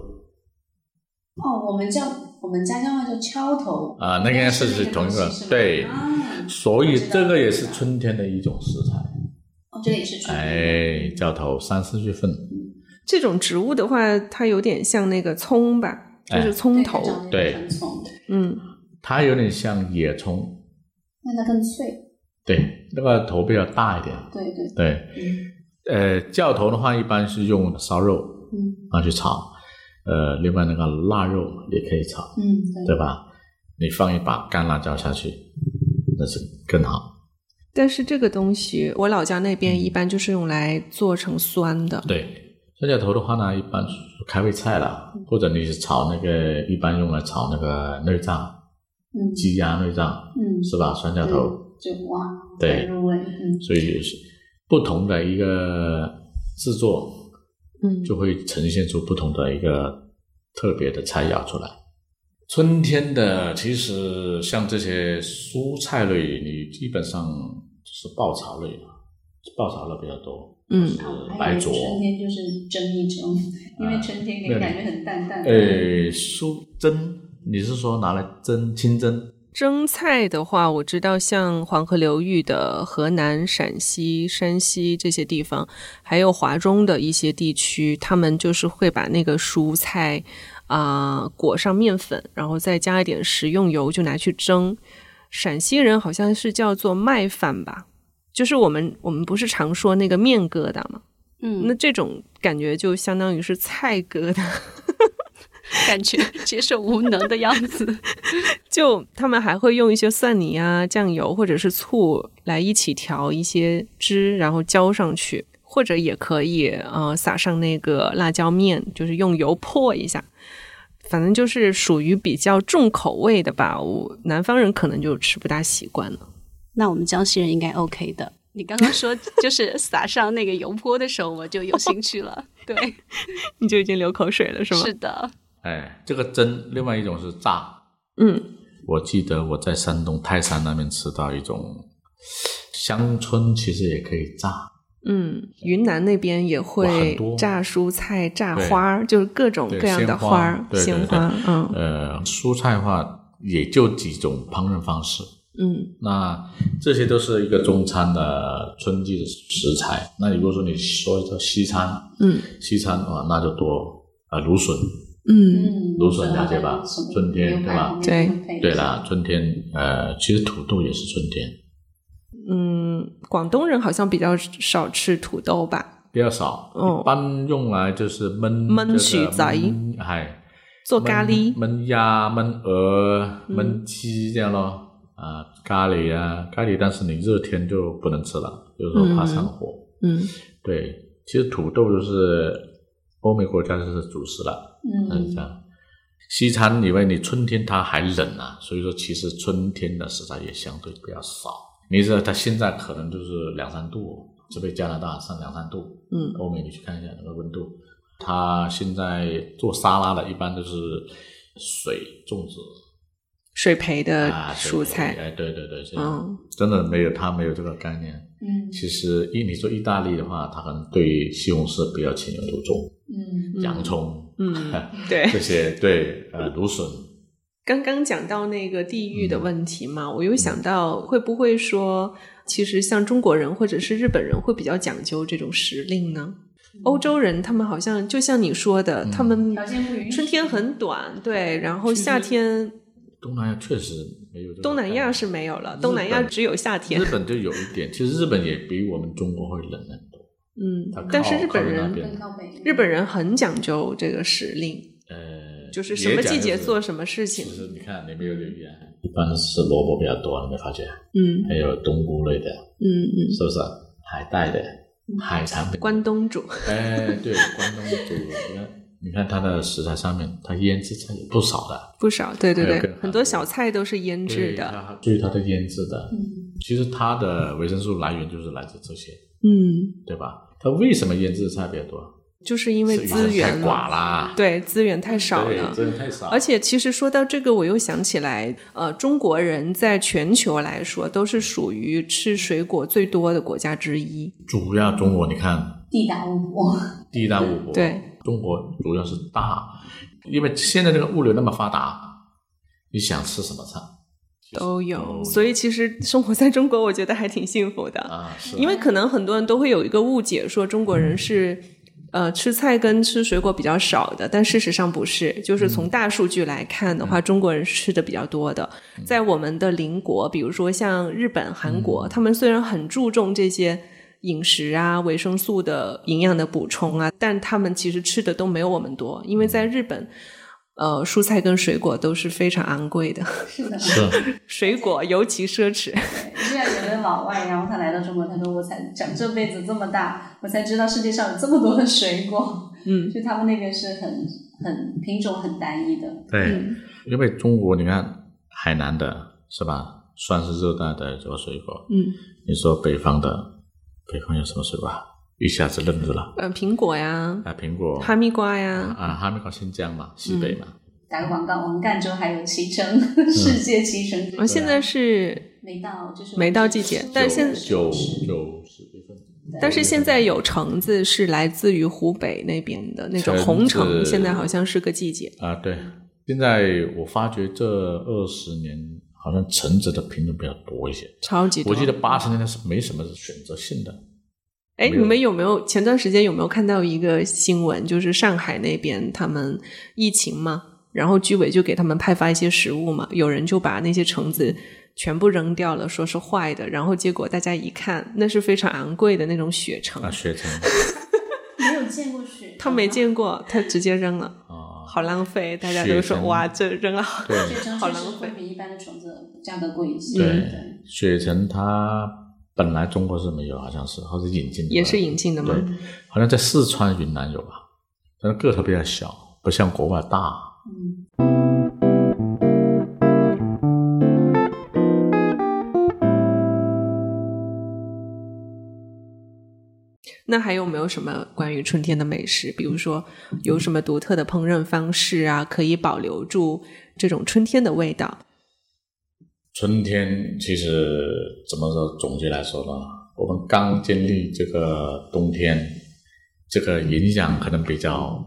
Speaker 4: 哦，我们叫我们家乡话叫敲头，
Speaker 1: 啊、那个应该是
Speaker 4: 是
Speaker 1: 是同一个
Speaker 4: 东西是吗
Speaker 1: 对，
Speaker 4: 啊
Speaker 1: 所以
Speaker 4: 我知道
Speaker 1: 这个也是春天的一种食材。
Speaker 4: 哦，这也是春天。
Speaker 1: 哎，教头三四月份，
Speaker 3: 这种植物的话，它有点像那个葱吧，就是
Speaker 1: 哎
Speaker 3: 葱头。
Speaker 1: 对
Speaker 4: 很葱，
Speaker 3: 嗯
Speaker 1: 它有点像野葱，
Speaker 4: 那它更脆，
Speaker 1: 对，那个头比较大一点。
Speaker 4: 对对，
Speaker 1: 对，
Speaker 4: 嗯
Speaker 1: 呃，教头的话一般是用烧肉
Speaker 4: 嗯
Speaker 1: 拿去炒，呃，另外那个腊肉也可以炒，
Speaker 4: 嗯，对
Speaker 1: 对吧？你放一把干辣椒下去，那是更好。
Speaker 3: 但是这个东西，我老家那边一般就是用来做成酸的。
Speaker 1: 对，三角头的话呢，一般是开胃菜啦，
Speaker 4: 嗯
Speaker 1: 或者你是炒那个，一般用来炒那个内脏，
Speaker 4: 嗯
Speaker 1: 鸡鸭内脏
Speaker 4: 嗯
Speaker 1: 是吧？酸角头，
Speaker 4: 对就哇，
Speaker 1: 对
Speaker 4: 很入味，嗯
Speaker 1: 所以就是不同的一个制作
Speaker 3: 嗯，
Speaker 1: 就会呈现出不同的一个特别的菜肴出来。春天的其实像这些蔬菜类，你基本上是爆炒类的，爆炒类比较多。
Speaker 3: 嗯
Speaker 1: 就是
Speaker 4: 还
Speaker 1: 白
Speaker 4: 有
Speaker 1: 灼。啊
Speaker 4: 春天就是蒸一蒸，因为春天给
Speaker 1: 对
Speaker 4: 人感觉很淡淡的。
Speaker 1: 呃，蔬蒸，你是说拿来蒸清蒸？
Speaker 3: 蒸菜的话，我知道像黄河流域的河南、陕西、山西这些地方，还有华中的一些地区，他们就是会把那个蔬菜啊、裹上面粉，然后再加一点食用油，就拿去蒸。陕西人好像是叫做麦饭吧，就是我们我们不是常说那个面疙瘩吗？
Speaker 6: 嗯，
Speaker 3: 那这种感觉就相当于是菜疙瘩。
Speaker 6: 感觉 接受无能的样子。
Speaker 3: 就他们还会用一些蒜泥啊、酱油或者是醋来一起调一些汁，然后浇上去，或者也可以呃撒上那个辣椒面，就是用油泼一下。反正就是属于比较重口味的吧，我南方人可能就吃不大习惯了。
Speaker 6: 那我们江西人应该 OK 的。你刚刚说就是撒上那个油泼的时候，我就有兴趣了。对，
Speaker 3: 你就已经流口水了是吗？
Speaker 6: 是的，
Speaker 1: 哎，这个蒸，另外一种是炸。
Speaker 3: 嗯
Speaker 1: 我记得我在山东泰山那边吃到一种乡村，其实也可以炸。
Speaker 3: 嗯，云南那边也
Speaker 1: 哇
Speaker 3: 会
Speaker 1: 很多
Speaker 3: 炸蔬菜、炸花儿，就是各种
Speaker 1: 对
Speaker 3: 各样的
Speaker 1: 鲜花
Speaker 3: 花儿、
Speaker 1: 对对
Speaker 3: 鲜
Speaker 1: 对
Speaker 3: 花，嗯
Speaker 1: 呃，蔬菜的话也就几种烹饪方式。
Speaker 3: 嗯
Speaker 1: 那这些都是一个中餐的春季的食材。那如果说你说叫西餐，
Speaker 3: 嗯
Speaker 1: 西餐的话，那就多啊、呃芦笋。
Speaker 3: 嗯
Speaker 4: 嗯，
Speaker 1: 芦笋了解吧
Speaker 4: 什么
Speaker 1: 春天
Speaker 4: 牛
Speaker 1: 对吧
Speaker 4: 排
Speaker 3: 对
Speaker 4: 旁边配一
Speaker 1: 对
Speaker 4: 下
Speaker 1: 啦，春天呃，其实土豆也是春天，
Speaker 3: 嗯，广东人好像比较少吃土豆吧，
Speaker 1: 比较少，
Speaker 3: 哦
Speaker 1: 一般用来就是焖
Speaker 3: 焖
Speaker 1: 这个
Speaker 3: 薯仔
Speaker 1: 焖哎，
Speaker 3: 做咖喱。
Speaker 1: 焖焖鸭、焖鹅、
Speaker 3: 嗯
Speaker 1: 焖鸡这样咯。啊，咖喱啊，咖喱，但是你热天就不能吃了，有时候怕上火。
Speaker 3: 嗯
Speaker 1: 对，其实土豆就是欧美国家就是主食了，它是
Speaker 4: 嗯
Speaker 1: 这，样。西餐以外，你春天它还冷啊，所以说其实春天的食材也相对比较少。你知道它现在可能就是两三度，这边加拿大上两三度，
Speaker 3: 嗯
Speaker 1: 欧美你去看一下那个温度。它现在做沙拉的，一般都是水粽子，
Speaker 3: 水培的
Speaker 1: 啊，对
Speaker 3: 呃蔬菜，
Speaker 1: 对哎，对对对，是的
Speaker 3: 嗯，
Speaker 1: 真的没有他没有这个概念。
Speaker 4: 嗯
Speaker 1: 其实，一你说意大利的话，他可能对西红柿比较情有独钟，
Speaker 4: 嗯
Speaker 1: 洋葱，
Speaker 3: 嗯， 对。
Speaker 1: 这些对，呃，芦笋，
Speaker 3: 刚刚讲到那个地域的问题嘛，
Speaker 1: 嗯
Speaker 3: 我又想到会不会说，其实像中国人或者是日本人会比较讲究这种时令呢？
Speaker 1: 嗯
Speaker 3: 欧洲人他们好像就像你说的，他们
Speaker 4: 条件不允许
Speaker 3: 春天很短，对，然后夏天
Speaker 1: 东南亚确实没有这个概念。
Speaker 3: 东南亚是没有了，东南亚只有夏天
Speaker 1: 日。本就有一点，其实日本也比我们中国会冷很多。
Speaker 3: 嗯
Speaker 1: 它，
Speaker 3: 但
Speaker 1: 靠
Speaker 3: 是日本
Speaker 1: 靠着那
Speaker 3: 人
Speaker 1: 边
Speaker 4: 更靠北，
Speaker 3: 日本人很讲究这个时令，
Speaker 1: 呃，
Speaker 3: 就是什么季节做什么事情
Speaker 1: 其实你看，你没有留意啊，一般是萝卜比较多，你没发觉？
Speaker 3: 嗯
Speaker 1: 还有冬菇类的，
Speaker 3: 嗯嗯，
Speaker 1: 是不是？啊海带的，海产品。
Speaker 3: 关东煮，
Speaker 1: 哎，对，关东煮，你看，你看它的食材上面，它腌制菜也不少的，
Speaker 3: 不少，对对
Speaker 1: 还有
Speaker 3: 对
Speaker 1: 更，
Speaker 3: 很多小菜都是腌制
Speaker 1: 对
Speaker 3: 的，
Speaker 1: 它对它的腌制的，
Speaker 4: 嗯
Speaker 1: 其实它的维生素来源就是来自这些，
Speaker 3: 嗯，
Speaker 1: 对吧？它为什么腌制菜比较多？
Speaker 3: 就是因为
Speaker 1: 是
Speaker 3: 资源
Speaker 1: 太
Speaker 3: 嘛
Speaker 1: 寡啦，
Speaker 3: 对，资源太少了
Speaker 1: 对，。真的太少。
Speaker 3: 而且，其实说到这个，我又想起来，呃，中国人在全球来说都是属于吃水果最多的国家之一。
Speaker 1: 主要中国，你看
Speaker 4: 地大物博，
Speaker 1: 地大物博，
Speaker 3: 嗯对，
Speaker 1: 中国主要是大，因为现在这个物流那么发达，你想吃什么菜
Speaker 3: 都
Speaker 1: 哦
Speaker 3: 有，所以其实生活在中国，我觉得还挺幸福的。
Speaker 1: 啊？是
Speaker 3: 因为可能很多人都会有一个误解，说中国人是呃吃菜跟吃水果比较少的，但事实上不是。就是从大数据来看的话，
Speaker 1: 嗯
Speaker 3: 中国人是吃的比较多的。在我们的邻国，比如说像日本、韩
Speaker 1: 嗯
Speaker 3: 国，他们虽然很注重这些。饮食啊，维生素的营养的补充啊，但他们其实吃的都没有我们多，因
Speaker 1: 嗯
Speaker 3: 为在日本，呃，蔬菜跟水果都是非常昂贵的，
Speaker 4: 是的，
Speaker 1: 是
Speaker 3: 水果尤其奢侈。
Speaker 4: 我现在有位老外，然后他来到中国，他说：“我才长这辈子这么大，我才知道世界上有这么多的水果。”
Speaker 3: 嗯，
Speaker 4: 就他们那边是很很品种很单一的，
Speaker 1: 对，
Speaker 3: 嗯
Speaker 1: 因为中国你看海南的是吧，算是热带的这个水果。
Speaker 3: 嗯，
Speaker 1: 你说北方的，北方有什么水果？啊？一下子愣住了。
Speaker 3: 呃，苹果呀，
Speaker 1: 啊，苹果，
Speaker 3: 哈密嗯瓜呀，
Speaker 1: 啊，哈密瓜，新疆嘛，西北嘛，
Speaker 4: 打个广告，我们赣州还有脐橙，
Speaker 3: 嗯
Speaker 4: 世界脐橙之
Speaker 3: 我
Speaker 4: 都。
Speaker 3: 现
Speaker 1: 啊
Speaker 3: 在是，
Speaker 4: 没到，就是
Speaker 3: 没到季节但是现在
Speaker 1: 九九十月份，
Speaker 3: 但是现在有橙子是来自于湖北那边的那种红
Speaker 1: 橙
Speaker 3: 橙，
Speaker 1: 子
Speaker 3: 现在好像是个季节。
Speaker 1: 啊，对，现在我发觉这二十年好像橙子的品种比较多一些。
Speaker 3: 超级多。
Speaker 1: 我记得八十年代是没什么选择性的，没
Speaker 3: 哎，你
Speaker 1: 有
Speaker 3: 们有没有前段时间有没有看到一个新闻，就是上海那边他们疫情嘛，然后居委就给他们派发一些食物嘛，有人就把那些橙子全部扔掉了，说是坏的，然后结果大家一看，那是非常昂贵的那种血橙
Speaker 1: 啊，，学成
Speaker 4: 没有见过雪，
Speaker 3: 他没见过，他直接扔了，
Speaker 1: 啊，
Speaker 3: 好浪费，大家都
Speaker 1: 血
Speaker 3: 说
Speaker 1: 橙
Speaker 3: 哇，这扔了好
Speaker 1: 对
Speaker 4: 雪橙
Speaker 3: 好嗯
Speaker 4: 确
Speaker 3: 浪
Speaker 4: 实会
Speaker 3: 费。
Speaker 4: 比一般的橙子价格贵一些。
Speaker 1: 对，雪橙它本来中国是没有，好像是，或者引进的吧
Speaker 3: 也是引进的吗
Speaker 1: 对，好像在四川、云南有吧，但是个头比较小，不像国外大。
Speaker 4: 嗯，
Speaker 3: 那还有没有什么关于春天的美食？比如说有什么独特的烹饪方式啊，可以保留住这种春天的味道？
Speaker 1: 春天其实怎么说？总结来说呢，我们刚经历这个冬天，这个营养可能比较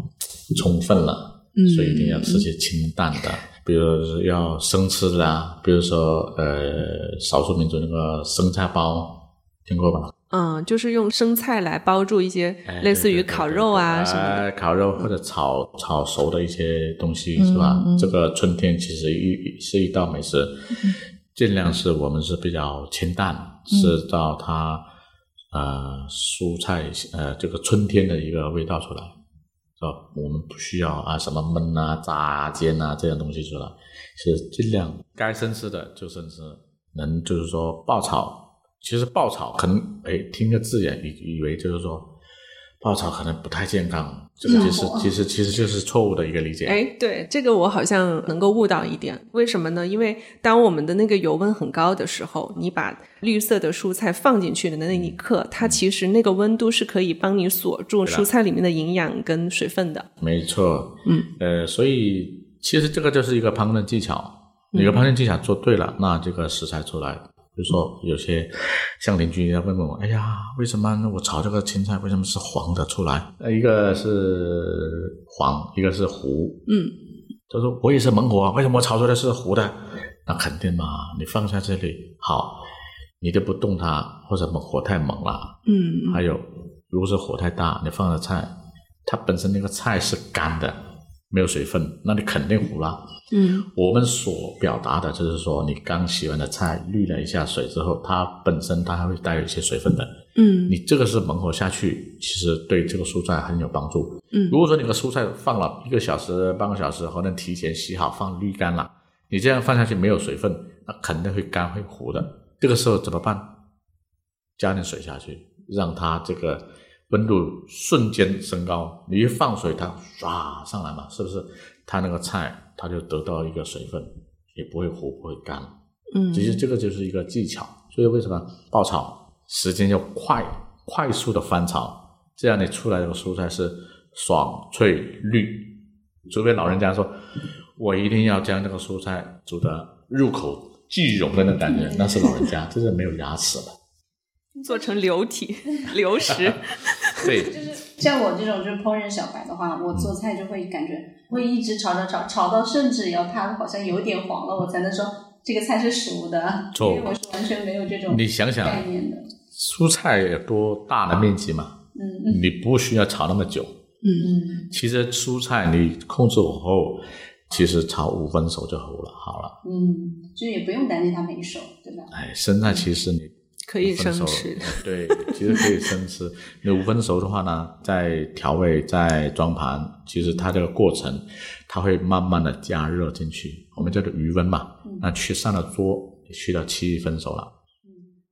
Speaker 1: 充分了，
Speaker 3: 嗯
Speaker 1: 所以一定要吃些清淡的，比如说要生吃的啊，比如说呃，少数民族那个生菜包，听过吧？
Speaker 3: 嗯，就是用生菜来包住一些
Speaker 1: 哎
Speaker 3: 类似于
Speaker 1: 对对对
Speaker 3: 烤肉啊
Speaker 1: 对对
Speaker 3: 什么的。
Speaker 1: 哎烤肉或者炒炒熟的一些东西是吧？
Speaker 3: 嗯嗯嗯
Speaker 1: 这个春天其实一是一道美食， 尽量是我们是比较清淡，吃到它呃蔬菜呃这个春天的一个味道出来，是吧？我们不需要啊什么焖啊、炸啊、煎啊这样东西出来，是尽量该生吃的就生吃，能就是说爆炒。其实爆炒可能哎听个字眼以以为就是说爆炒可能不太健康，这个其实其实其实就是错误的一个理解。
Speaker 3: 哎，对，这个我好像能够悟到一点。为什么呢？因为当我们的那个油温很高的时候，你把绿色的蔬菜放进去的那一刻，它其实那个温度是可以帮你锁
Speaker 1: 嗯
Speaker 3: 住
Speaker 1: 对
Speaker 3: 蔬
Speaker 1: 的
Speaker 3: 菜里面的营养跟水分的。
Speaker 1: 没错，
Speaker 3: 嗯，
Speaker 1: 呃，所以其实这个就是一个烹饪技巧，你的烹饪技巧做对了，那这个食材出来，比如说有些像邻居要问问我，哎呀，为什么我炒这个青菜为什么是黄的出来？呃一个是黄，一个是糊，
Speaker 3: 嗯，
Speaker 1: 他说我也是啊猛火，为什么我炒出来是糊的？那肯定嘛，你放在这里好，你就不动它，或者猛火太猛了。
Speaker 3: 嗯，
Speaker 1: 还有，如果是火太大，你放的菜，它本身那个菜是干的，没有水分，那你肯定糊了。
Speaker 3: 嗯，
Speaker 1: 我们所表达的就是说，你刚洗完的菜滤了一下水之后，它本身它还会带有一些水分的。
Speaker 3: 嗯，
Speaker 1: 你这个是猛火下去，其实对这个蔬菜很有帮助。
Speaker 3: 嗯
Speaker 1: 如果说你的蔬菜放了一个小时、半个小时，或者提前洗好放沥干了，你这样放下去没有水分，那肯定会干会糊的。这个时候怎么办？加点水下去，让它这个温度瞬间升高。你一放水，它唰上来嘛，是不是？它那个菜它就得到一个水分，也不会糊，不会干了。
Speaker 3: 嗯
Speaker 1: 其实这个就是一个技巧。所以为什么爆炒时间要快，快速的翻炒，这样你出来的蔬菜是爽脆绿。除非老人家说，我一定要将这个蔬菜煮得入口即溶的那感觉，那是老人家，这是没有牙齿的。
Speaker 3: 做成流体 流食，
Speaker 1: 对，
Speaker 4: 就是像我这种就是烹饪小白的话，我
Speaker 1: 嗯
Speaker 4: 做菜就会感觉会一直炒炒炒炒到甚至要它好像有点黄了，我才能说这个菜是熟的，因
Speaker 1: 错
Speaker 4: 为我是完全没有这种
Speaker 1: 你想想
Speaker 4: 概念的。
Speaker 1: 蔬菜有多大的面积嘛，
Speaker 4: 嗯
Speaker 1: 你不需要炒那么久。
Speaker 4: 嗯
Speaker 1: 其实蔬菜你控制火候，其实炒五分熟就好了，好了。
Speaker 4: 嗯，就是也不用担心它没熟，对吧？
Speaker 1: 哎，生菜其实你
Speaker 3: 可以
Speaker 1: 五分熟
Speaker 3: 生吃。
Speaker 1: 对，其实可以生吃。你五分熟的话呢，再调味、再装盘，其实它这个过程，它会慢慢的加热进去，我们叫做余温嘛。
Speaker 3: 嗯
Speaker 1: 那去上了桌，去到七分熟了，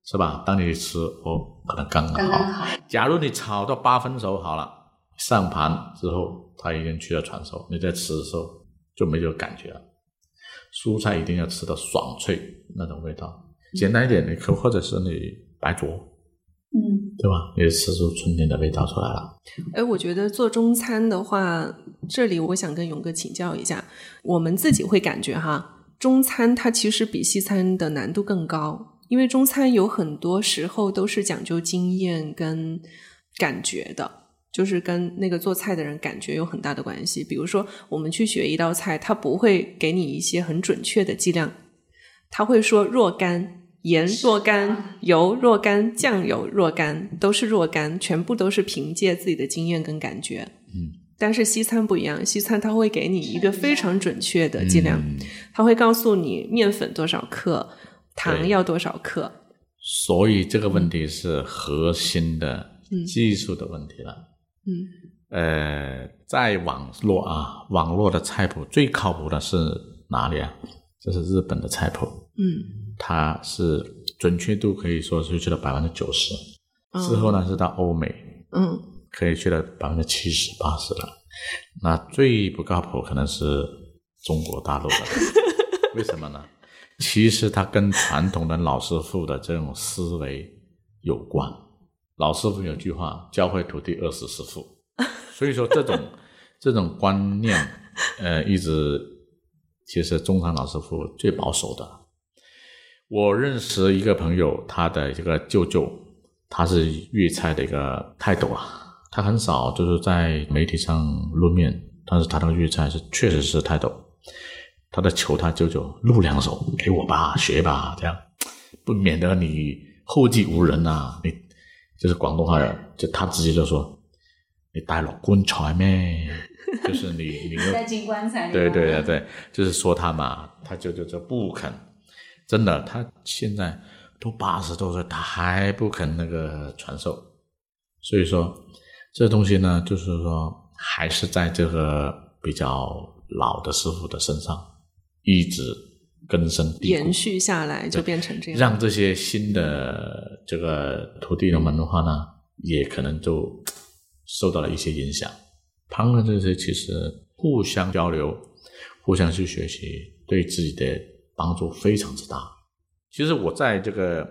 Speaker 1: 是吧？当你吃，哦，可能刚
Speaker 4: 嗯刚
Speaker 1: 刚好
Speaker 4: 刚。好。
Speaker 1: 假如你炒到八分熟好了，上盘之后它已经去了全熟，你在吃的时候就没有感觉了。蔬菜一定要吃的爽脆那种味
Speaker 3: 嗯
Speaker 1: 道，简单一点，你可或者是你白灼，
Speaker 4: 嗯
Speaker 1: 对吧？你吃出春天的味道出来了。
Speaker 3: 哎，我觉得做中餐的话，这里我想跟勇哥请教一下，我们自己会感觉哈，中餐它其实比西餐的难度更高，因为中餐有很多时候都是讲究经验跟感觉的。就是跟那个做菜的人感觉有很大的关系。比如说，我们去学一道菜，他不会给你一些很准确的剂量，他会说若干盐若干油若干酱油若干都是若干，全部都是凭借自己的经验跟感觉。
Speaker 1: 嗯，
Speaker 3: 但是西餐不一样，西餐它会给你一个非常准确的剂量，
Speaker 1: 嗯
Speaker 3: 它会告诉你面粉多少克，糖
Speaker 1: 对
Speaker 3: 要多少克。
Speaker 1: 所以这个问题是核心的
Speaker 3: 嗯
Speaker 1: 技术的问题了。
Speaker 3: 嗯
Speaker 1: 呃，在网络啊，网络的菜谱最靠谱的是哪里啊？这是日本的菜谱。
Speaker 3: 嗯，
Speaker 1: 它是准确度可以说是去了百分之九十，
Speaker 3: 哦
Speaker 1: 之后呢是到欧美
Speaker 3: 嗯
Speaker 1: 可以去了百分之七十八十了。那最不靠谱可能是中国大陆的，为什么呢？其实它跟传统的老师傅的这种思维有关。老师傅有句话：“教会徒弟，饿死师傅。”所以说这种这种观念，呃，一直其实中餐老师傅最保守的。我认识一个朋友，他的这个舅舅，他是粤菜的一个泰斗啊，他很少就是在媒体上露面，但是他那个粤菜是确实是泰斗。他在求他舅舅录两首给我吧，学吧，这样不免得你后继无人呐、你就是广东话人，就他直接就说你带落棺材咩？就是你你又
Speaker 4: 带进棺材里。啊
Speaker 1: 对对对。对，就是说他嘛，他就就就不肯，真的，他现在都八十多岁，他还不肯那个传授，所以说这东西呢，就是说还是在这个比较老的师傅的身上一直根深蒂固
Speaker 3: 延，续下来就变成这样。
Speaker 1: 让这些新的这个徒弟们的话呢，也可能就受到了一些影响。烹饪这些其实互相交流、互相去学习，对自己的帮助非常之大。其实我在这个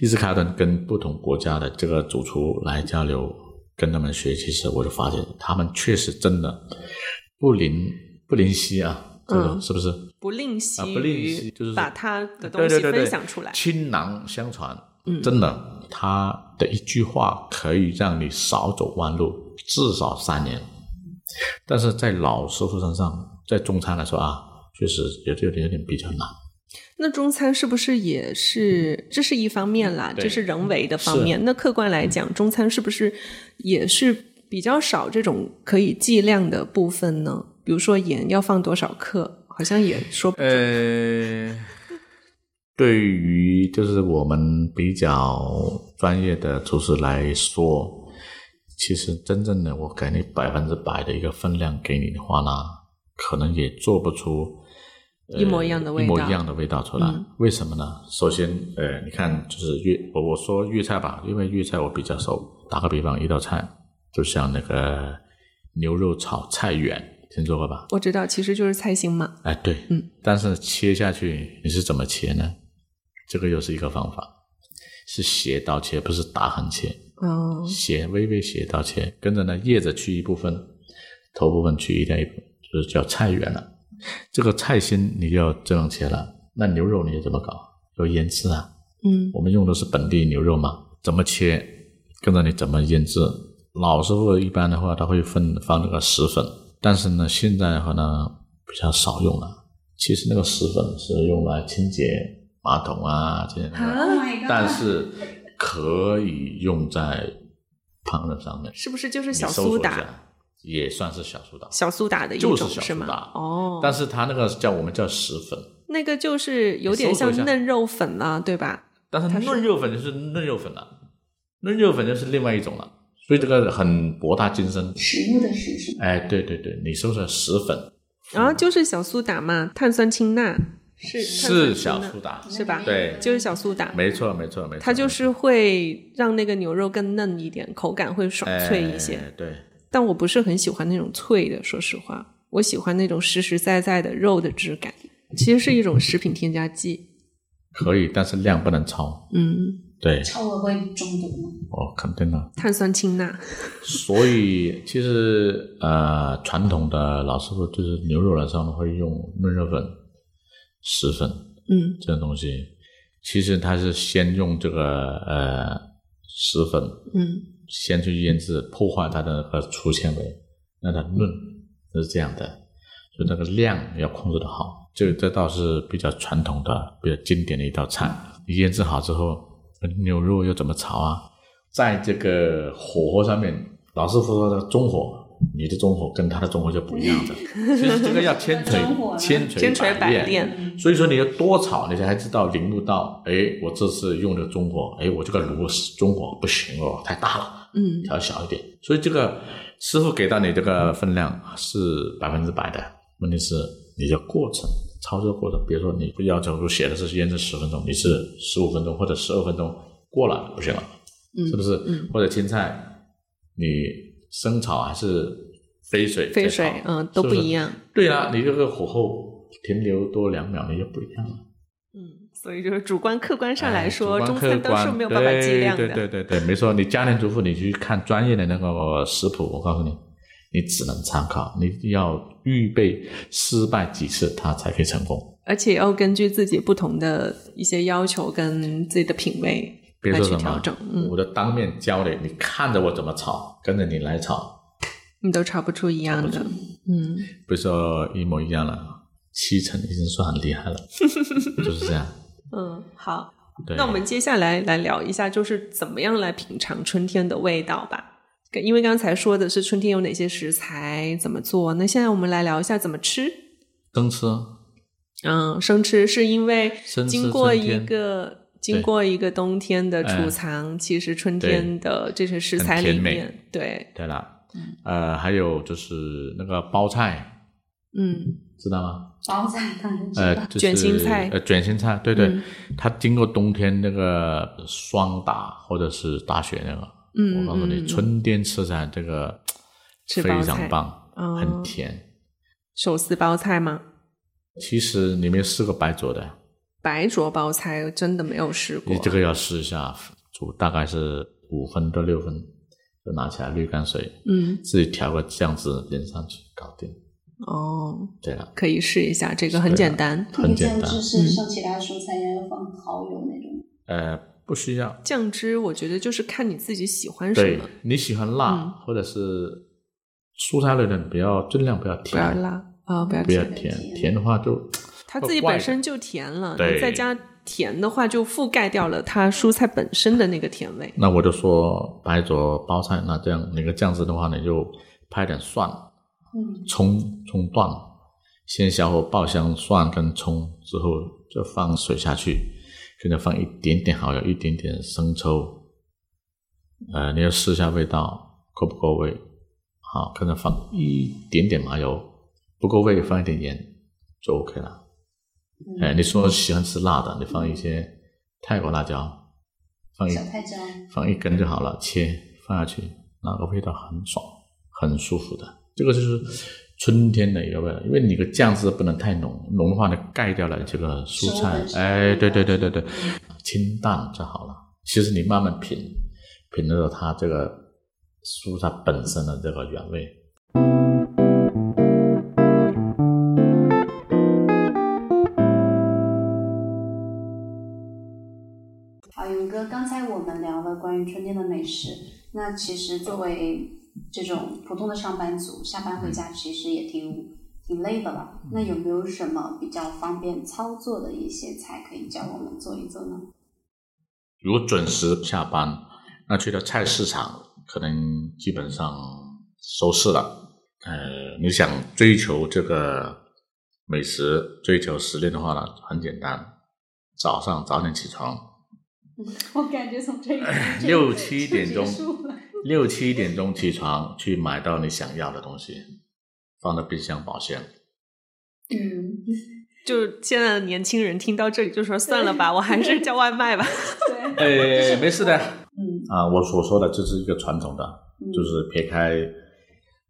Speaker 1: 伊斯卡尔顿跟不同国家的这个主厨来交流，跟他们学，其实我就发现他们确实真的不吝不吝惜啊，这
Speaker 3: 嗯
Speaker 1: 个是不是？
Speaker 3: 不吝惜
Speaker 1: 啊
Speaker 3: 于、
Speaker 1: 不吝惜就是
Speaker 3: 把他的东
Speaker 1: 对
Speaker 3: 西
Speaker 1: 对对对
Speaker 3: 分享出来。
Speaker 1: 倾囊相传，
Speaker 3: 嗯
Speaker 1: 真的，他的一句话可以让你少走弯路，至少三年。但是在老师傅身上，在中餐来说啊，确实有点有点有点比较难。
Speaker 3: 那中餐是不是也是？这是一方面啦，
Speaker 1: 对
Speaker 3: 这是人为的方
Speaker 1: 是
Speaker 3: 面。那客观来讲，中餐是不是也是比较少这种可以计量的部分呢？比如说盐要放多少克，好像也说不准。
Speaker 1: 呃，对于就是我们比较专业的厨师来说，其实真正的我给你百分之百的一个分量给你的话呢，可能也做不出、呃
Speaker 3: 一模一样的味道嗯
Speaker 1: 一模一样的味道出来。为什么呢？首先，呃，你看，就是粤我我说粤菜吧，因为粤菜我比较熟。打个比方，一道菜，就像那个牛肉炒菜远，听说过吧？
Speaker 3: 我知道，其实就是菜心嘛。
Speaker 1: 哎，对，
Speaker 3: 嗯，
Speaker 1: 但是切下去你是怎么切呢？这个又是一个方法，是斜刀切，不是打横切，
Speaker 3: 哦，
Speaker 1: 斜微微斜刀切，跟着呢叶子去一部分，头部分去一点一部分，就是叫菜园了。这个菜心你就要这样切了，那牛肉你怎么搞？有腌制啊，
Speaker 3: 嗯，
Speaker 1: 我们用的是本地牛肉嘛，怎么切，跟着你怎么腌制。老师傅一般的话，他会分放那个石粉，但是呢，现在的话呢比较少用了。其实那个石粉是用来清洁马桶啊这些东西的，
Speaker 4: Oh my god！
Speaker 1: 但是可以用在烹饪上面。
Speaker 3: 是不是就是
Speaker 1: 你
Speaker 3: 小
Speaker 1: 搜索
Speaker 3: 苏
Speaker 1: 一
Speaker 3: 打？
Speaker 1: 下，也算是小苏打，
Speaker 3: 小苏打的一
Speaker 1: 就
Speaker 3: 种
Speaker 1: 是小苏
Speaker 3: 吗？
Speaker 1: 打。
Speaker 3: 哦，
Speaker 1: 但是它那个叫我们叫石粉，
Speaker 3: 那个就是有点
Speaker 1: 你搜索一
Speaker 3: 像
Speaker 1: 下
Speaker 3: 嫩肉粉啦、对吧？
Speaker 1: 但是
Speaker 3: 它是
Speaker 1: 嫩肉粉就是嫩肉粉了，嫩肉粉就是另外一种了，所以这个很博大精深。
Speaker 4: 食物的食是
Speaker 1: 哎，对对对，你说说石粉
Speaker 3: 然后就是小苏打嘛，碳酸氢钠是
Speaker 1: 是
Speaker 3: 碳酸
Speaker 1: 小
Speaker 3: 氢钠
Speaker 1: 苏打，
Speaker 3: 是吧？
Speaker 1: 对
Speaker 3: 就是小苏打，
Speaker 1: 没错没错没错，
Speaker 3: 它就是会让那个牛肉更嫩一点，口感会爽脆一些。
Speaker 1: 哎、对，
Speaker 3: 但我不是很喜欢那种脆的，说实话，我喜欢那种实实在在的肉的质感。其实是一种食品添加剂，
Speaker 1: 可以，但是量不能超。
Speaker 3: 嗯，
Speaker 1: 对，
Speaker 4: 超了会中毒吗？
Speaker 1: 我肯定的。
Speaker 3: 碳酸氢钠，
Speaker 1: 所以其实呃，传统的老师傅就是牛肉来上会用嫩肉粉、石粉，
Speaker 3: 嗯
Speaker 1: 这种东西，其实它是先用这个呃石粉
Speaker 3: 嗯，
Speaker 1: 先去腌制，破坏它的那个粗纤维，让它嫩，是这样的。所以那个量要控制的好，这这倒是比较传统的、比较经典的一道菜。你腌制好之后，呃牛肉又怎么炒啊？在这个火候上面，老师傅说的中火，你的中火跟他的中火就不一样的。其实这个要千锤
Speaker 4: 中火啊
Speaker 1: 千锤
Speaker 3: 千锤百
Speaker 1: 炼，
Speaker 3: 炼
Speaker 1: 所以说你要多炒，你才知道领悟到，哎，我这次用的中火，哎，我这个炉是中火不行哦，太大了，
Speaker 3: 嗯
Speaker 1: 调小一点。所以这个师傅给到你这个分量是百分之百的，问题是你的过程。操作过程，比如说你不要求说写的是腌制十分钟，你是十五分钟或者十二分钟过了不行了，
Speaker 3: 嗯
Speaker 1: 是不是？
Speaker 3: 嗯
Speaker 1: 或者青菜，你生炒还是飞水
Speaker 3: 沸
Speaker 1: 再
Speaker 3: 水
Speaker 1: 炒？
Speaker 3: 嗯都
Speaker 1: 是不
Speaker 3: 不
Speaker 1: 是
Speaker 3: 一样，
Speaker 1: 对啊，你这个火候停留多两秒，你就不一样了。
Speaker 3: 嗯，所以就是主观客观上来说，
Speaker 1: 哎主
Speaker 3: 中
Speaker 1: 观
Speaker 3: 餐
Speaker 1: 客
Speaker 3: 都是
Speaker 1: 观
Speaker 3: 没有办法计量的。
Speaker 1: 对对对对对，没错。你家庭主妇，你去看专业的那个食谱，我告诉你，你只能参考，你要预备失败几次，它才可以成功。
Speaker 3: 而且要根据自己不同的一些要求跟自己的品味
Speaker 1: 别
Speaker 3: 来
Speaker 1: 说
Speaker 3: 去
Speaker 1: 什
Speaker 3: 调
Speaker 1: 么
Speaker 3: 整。，嗯，
Speaker 1: 我的当面教你，你看着我怎么炒，跟着你来炒，
Speaker 3: 你都炒不出一样的。嗯，
Speaker 1: 不是说一模一样了，七成已经算很厉害了，就是这样。
Speaker 3: 嗯，好，
Speaker 1: 对，
Speaker 3: 那我们接下来来聊一下，就是怎么样来品尝春天的味道吧。因为刚才说的是春天有哪些食材怎么做，那现在我们来聊一下怎么吃。
Speaker 1: 生吃，
Speaker 3: 嗯，生吃是因为
Speaker 1: 生吃
Speaker 3: 经过
Speaker 1: 春
Speaker 3: 一
Speaker 1: 天哎
Speaker 3: 个经过一个冬天的储藏，其实春天的这些食材里
Speaker 1: 很甜
Speaker 3: 面
Speaker 1: 美，
Speaker 3: 对，
Speaker 1: 对了，呃，还有就是那个包菜，
Speaker 3: 嗯，
Speaker 1: 知道吗？
Speaker 4: 包菜当然知道
Speaker 1: 呃，就是
Speaker 3: 卷心菜
Speaker 1: 呃，卷心菜，对对，
Speaker 3: 嗯
Speaker 1: 它经过冬天那个霜打或者是大雪那个，
Speaker 3: 嗯
Speaker 1: 我告诉
Speaker 3: 嗯嗯
Speaker 1: 你，
Speaker 3: 嗯
Speaker 1: 春天吃起来这个
Speaker 3: 吃
Speaker 1: 非
Speaker 3: 包菜
Speaker 1: 常棒，
Speaker 3: 哦
Speaker 1: 很甜。
Speaker 3: 手撕包菜吗？
Speaker 1: 其实里面四个白灼的，
Speaker 3: 白灼包菜真的没有试过
Speaker 1: 你，这个要试一下，煮大概是五分到六分，就拿起来沥干水，
Speaker 3: 嗯，
Speaker 1: 自己调个酱汁淋上去，搞定。
Speaker 3: 哦，
Speaker 1: 对了，
Speaker 3: 可以试一下，这个很简单。
Speaker 4: 那个
Speaker 1: 很简
Speaker 4: 酱
Speaker 1: 单。嗯
Speaker 4: 汁是像其他蔬菜一样要放蚝油那种，
Speaker 1: 呃，不需要。
Speaker 3: 酱汁我觉得就是看你自己喜欢什
Speaker 1: 对
Speaker 3: 么，
Speaker 1: 你喜欢辣、
Speaker 3: 嗯
Speaker 1: 或者是蔬菜类的，你不要尽量不要
Speaker 3: 不要
Speaker 1: 甜，
Speaker 3: 辣啊，不要
Speaker 1: 不要
Speaker 3: 甜。
Speaker 1: 甜，
Speaker 4: 甜
Speaker 1: 甜的话就
Speaker 3: 它自己
Speaker 1: 怪
Speaker 3: 本身就甜了，
Speaker 1: 对
Speaker 3: 你再加甜的话，就覆盖掉了它蔬菜本身的那个甜味。
Speaker 1: 那我就说白灼包菜，那这样那个酱汁的话，你就拍点蒜、
Speaker 4: 嗯，
Speaker 1: 葱、葱段，先小火爆香蒜跟葱，之后就放水下去，跟着放一点点蚝油，一点点生抽，呃，你要试一下味道够不够味，好，跟着放一点点麻油，不够味放一点盐就 OK 了。
Speaker 4: 嗯
Speaker 1: 哎，你说喜欢吃辣的，你放一些泰国辣椒，放一
Speaker 4: 小泰椒，
Speaker 1: 放一根就好了，切放下去，那个味道很爽，很舒服的。这个就是春天的一个味道，因为你的酱汁不能太浓，浓的话呢盖掉了这个蔬菜
Speaker 4: 熟。的
Speaker 1: 哎，对对对对对
Speaker 4: 嗯，
Speaker 1: 清淡就好了。其实你慢慢品，品得到它这个蔬菜本身的这个原味。
Speaker 4: 好，勇哥，刚才我们聊了关于春天的美食，那其实作为这种普通的上班族，下班
Speaker 1: 嗯
Speaker 4: 回家其实也挺挺累的了。那有没有什么比较方便操作的一些菜可以教我们做一做 呢？
Speaker 1: 如果准时下班，那去到菜市场，可能基本上收市了。呃，你想追求这个美食，追求实力的话呢，很简单，早上早点起床，
Speaker 4: 我感觉 从这一
Speaker 1: 六七点钟，六七点钟起床去买到你想要的东西，放到冰箱保鲜。
Speaker 4: 嗯，
Speaker 3: 就现在的年轻人听到这里就说算了吧，我还是叫外卖吧。
Speaker 4: 对，
Speaker 1: 哎，没事的。
Speaker 4: 嗯
Speaker 1: 啊，我所说的这是一个传统的，
Speaker 4: 嗯，
Speaker 1: 就是撇开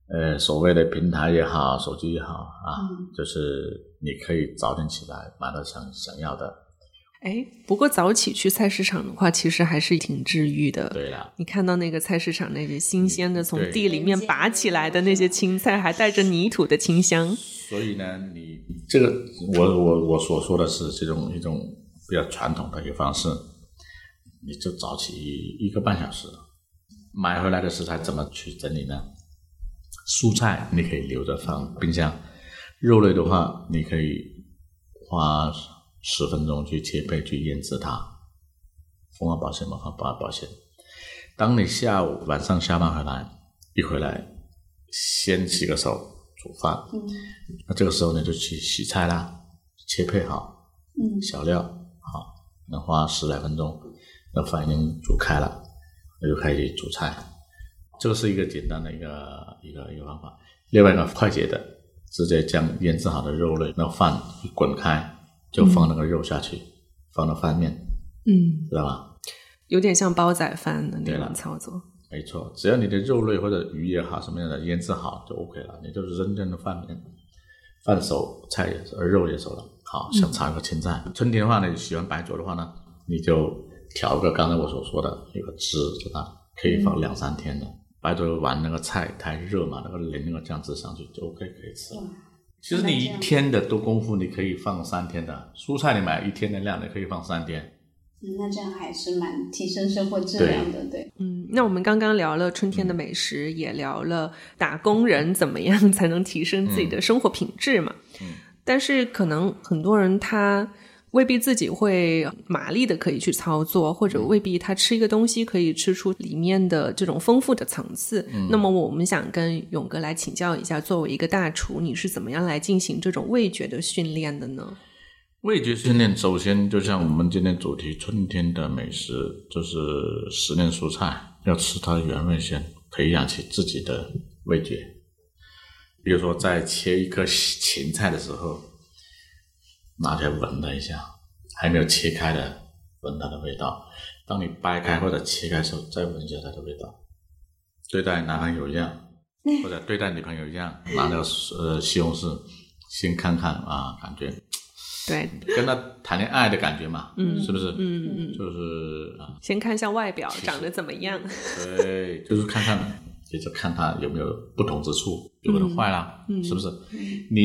Speaker 1: 呃所谓的平台也好，手机也好啊，
Speaker 4: 嗯
Speaker 1: 就是你可以早点起来买到想想要的。
Speaker 3: 哎，不过早起去菜市场的话，其实还是挺治愈的。
Speaker 1: 对了，
Speaker 3: 你看到那个菜市场那些新鲜的从
Speaker 1: 对
Speaker 3: 地里面拔起来的那些青菜，还带着泥土的清香。
Speaker 1: 所以呢，你这个我我我所说的是这种一种比较传统的一个方式，你就早起一个半小时，买回来的食材怎么去整理呢？蔬菜你可以留着放冰箱，肉类的话你可以花十分钟去切配去腌制它，封好保鲜嘛，放保保鲜。当你下午晚上下班回来，一回来先洗个手，煮饭，
Speaker 4: 嗯
Speaker 1: 那这个时候呢，就去洗菜啦，切配好
Speaker 4: 嗯
Speaker 1: 小料，好，能花十来分钟，那饭已经煮开了，那就开始煮菜。这个是一个简单的一个一个一个方法。另外一个快捷的，直接将腌制好的肉类，那饭一滚开，就放那个肉下去，放到饭面，
Speaker 3: 嗯，
Speaker 1: 知道吧？
Speaker 3: 有点像煲仔饭的那
Speaker 1: 对
Speaker 3: 种
Speaker 1: 了
Speaker 3: 操作。
Speaker 1: 没错，只要你的肉类或者鱼也好，什么样的腌制好就 OK 了，你就是扔进了饭里面，饭熟，菜也熟，肉也熟了。好，想炒一个青菜，春天的话呢，你喜欢白灼的话呢，你就调个刚才我所说的那个汁，知道吧可以放两三天的。白灼完那个菜太热嘛，那个淋那个酱汁上去就 OK 可以吃了
Speaker 4: 哇。
Speaker 1: 其实你一天的多功夫，你可以放三天的蔬菜，你买一天的量，你可以放三天。
Speaker 4: 嗯那这样还是蛮提升生活质量的，对。
Speaker 3: 嗯，那我们刚刚聊了春天的美食，也聊了打工人怎么样才能提升自己的生活品质嘛。
Speaker 1: 嗯
Speaker 3: 但是可能很多人他未必自己会麻利的可以去操作，或者未必他吃一个东西可以吃出里面的这种丰富的层次。那么我们想跟勇哥来请教一下，作为一个大厨，你是怎么样来进行这种味觉的训练的呢？
Speaker 1: 味觉训练首先就像我们今天主题春天的美食，就是时令蔬菜，要吃它的原味先，培养起自己的味觉。比如说，在切一颗芹菜的时候，拿起来闻它一下，还没有切开的，闻它的味道。当你掰开或者切开的时候，再闻一下它的味道。对待男朋友一样，或者对待女朋友一样，拿那个呃西红柿先看看啊，感觉
Speaker 3: 对，
Speaker 1: 跟他谈恋爱的感觉嘛，
Speaker 3: 嗯
Speaker 1: 是不是？
Speaker 3: 嗯嗯，
Speaker 1: 就是啊，嗯
Speaker 3: 先看一下外表长得怎么样。
Speaker 1: 对，就是看看所以就看它有没有不同之处，有可能坏了，
Speaker 3: 嗯嗯
Speaker 1: 是不是？你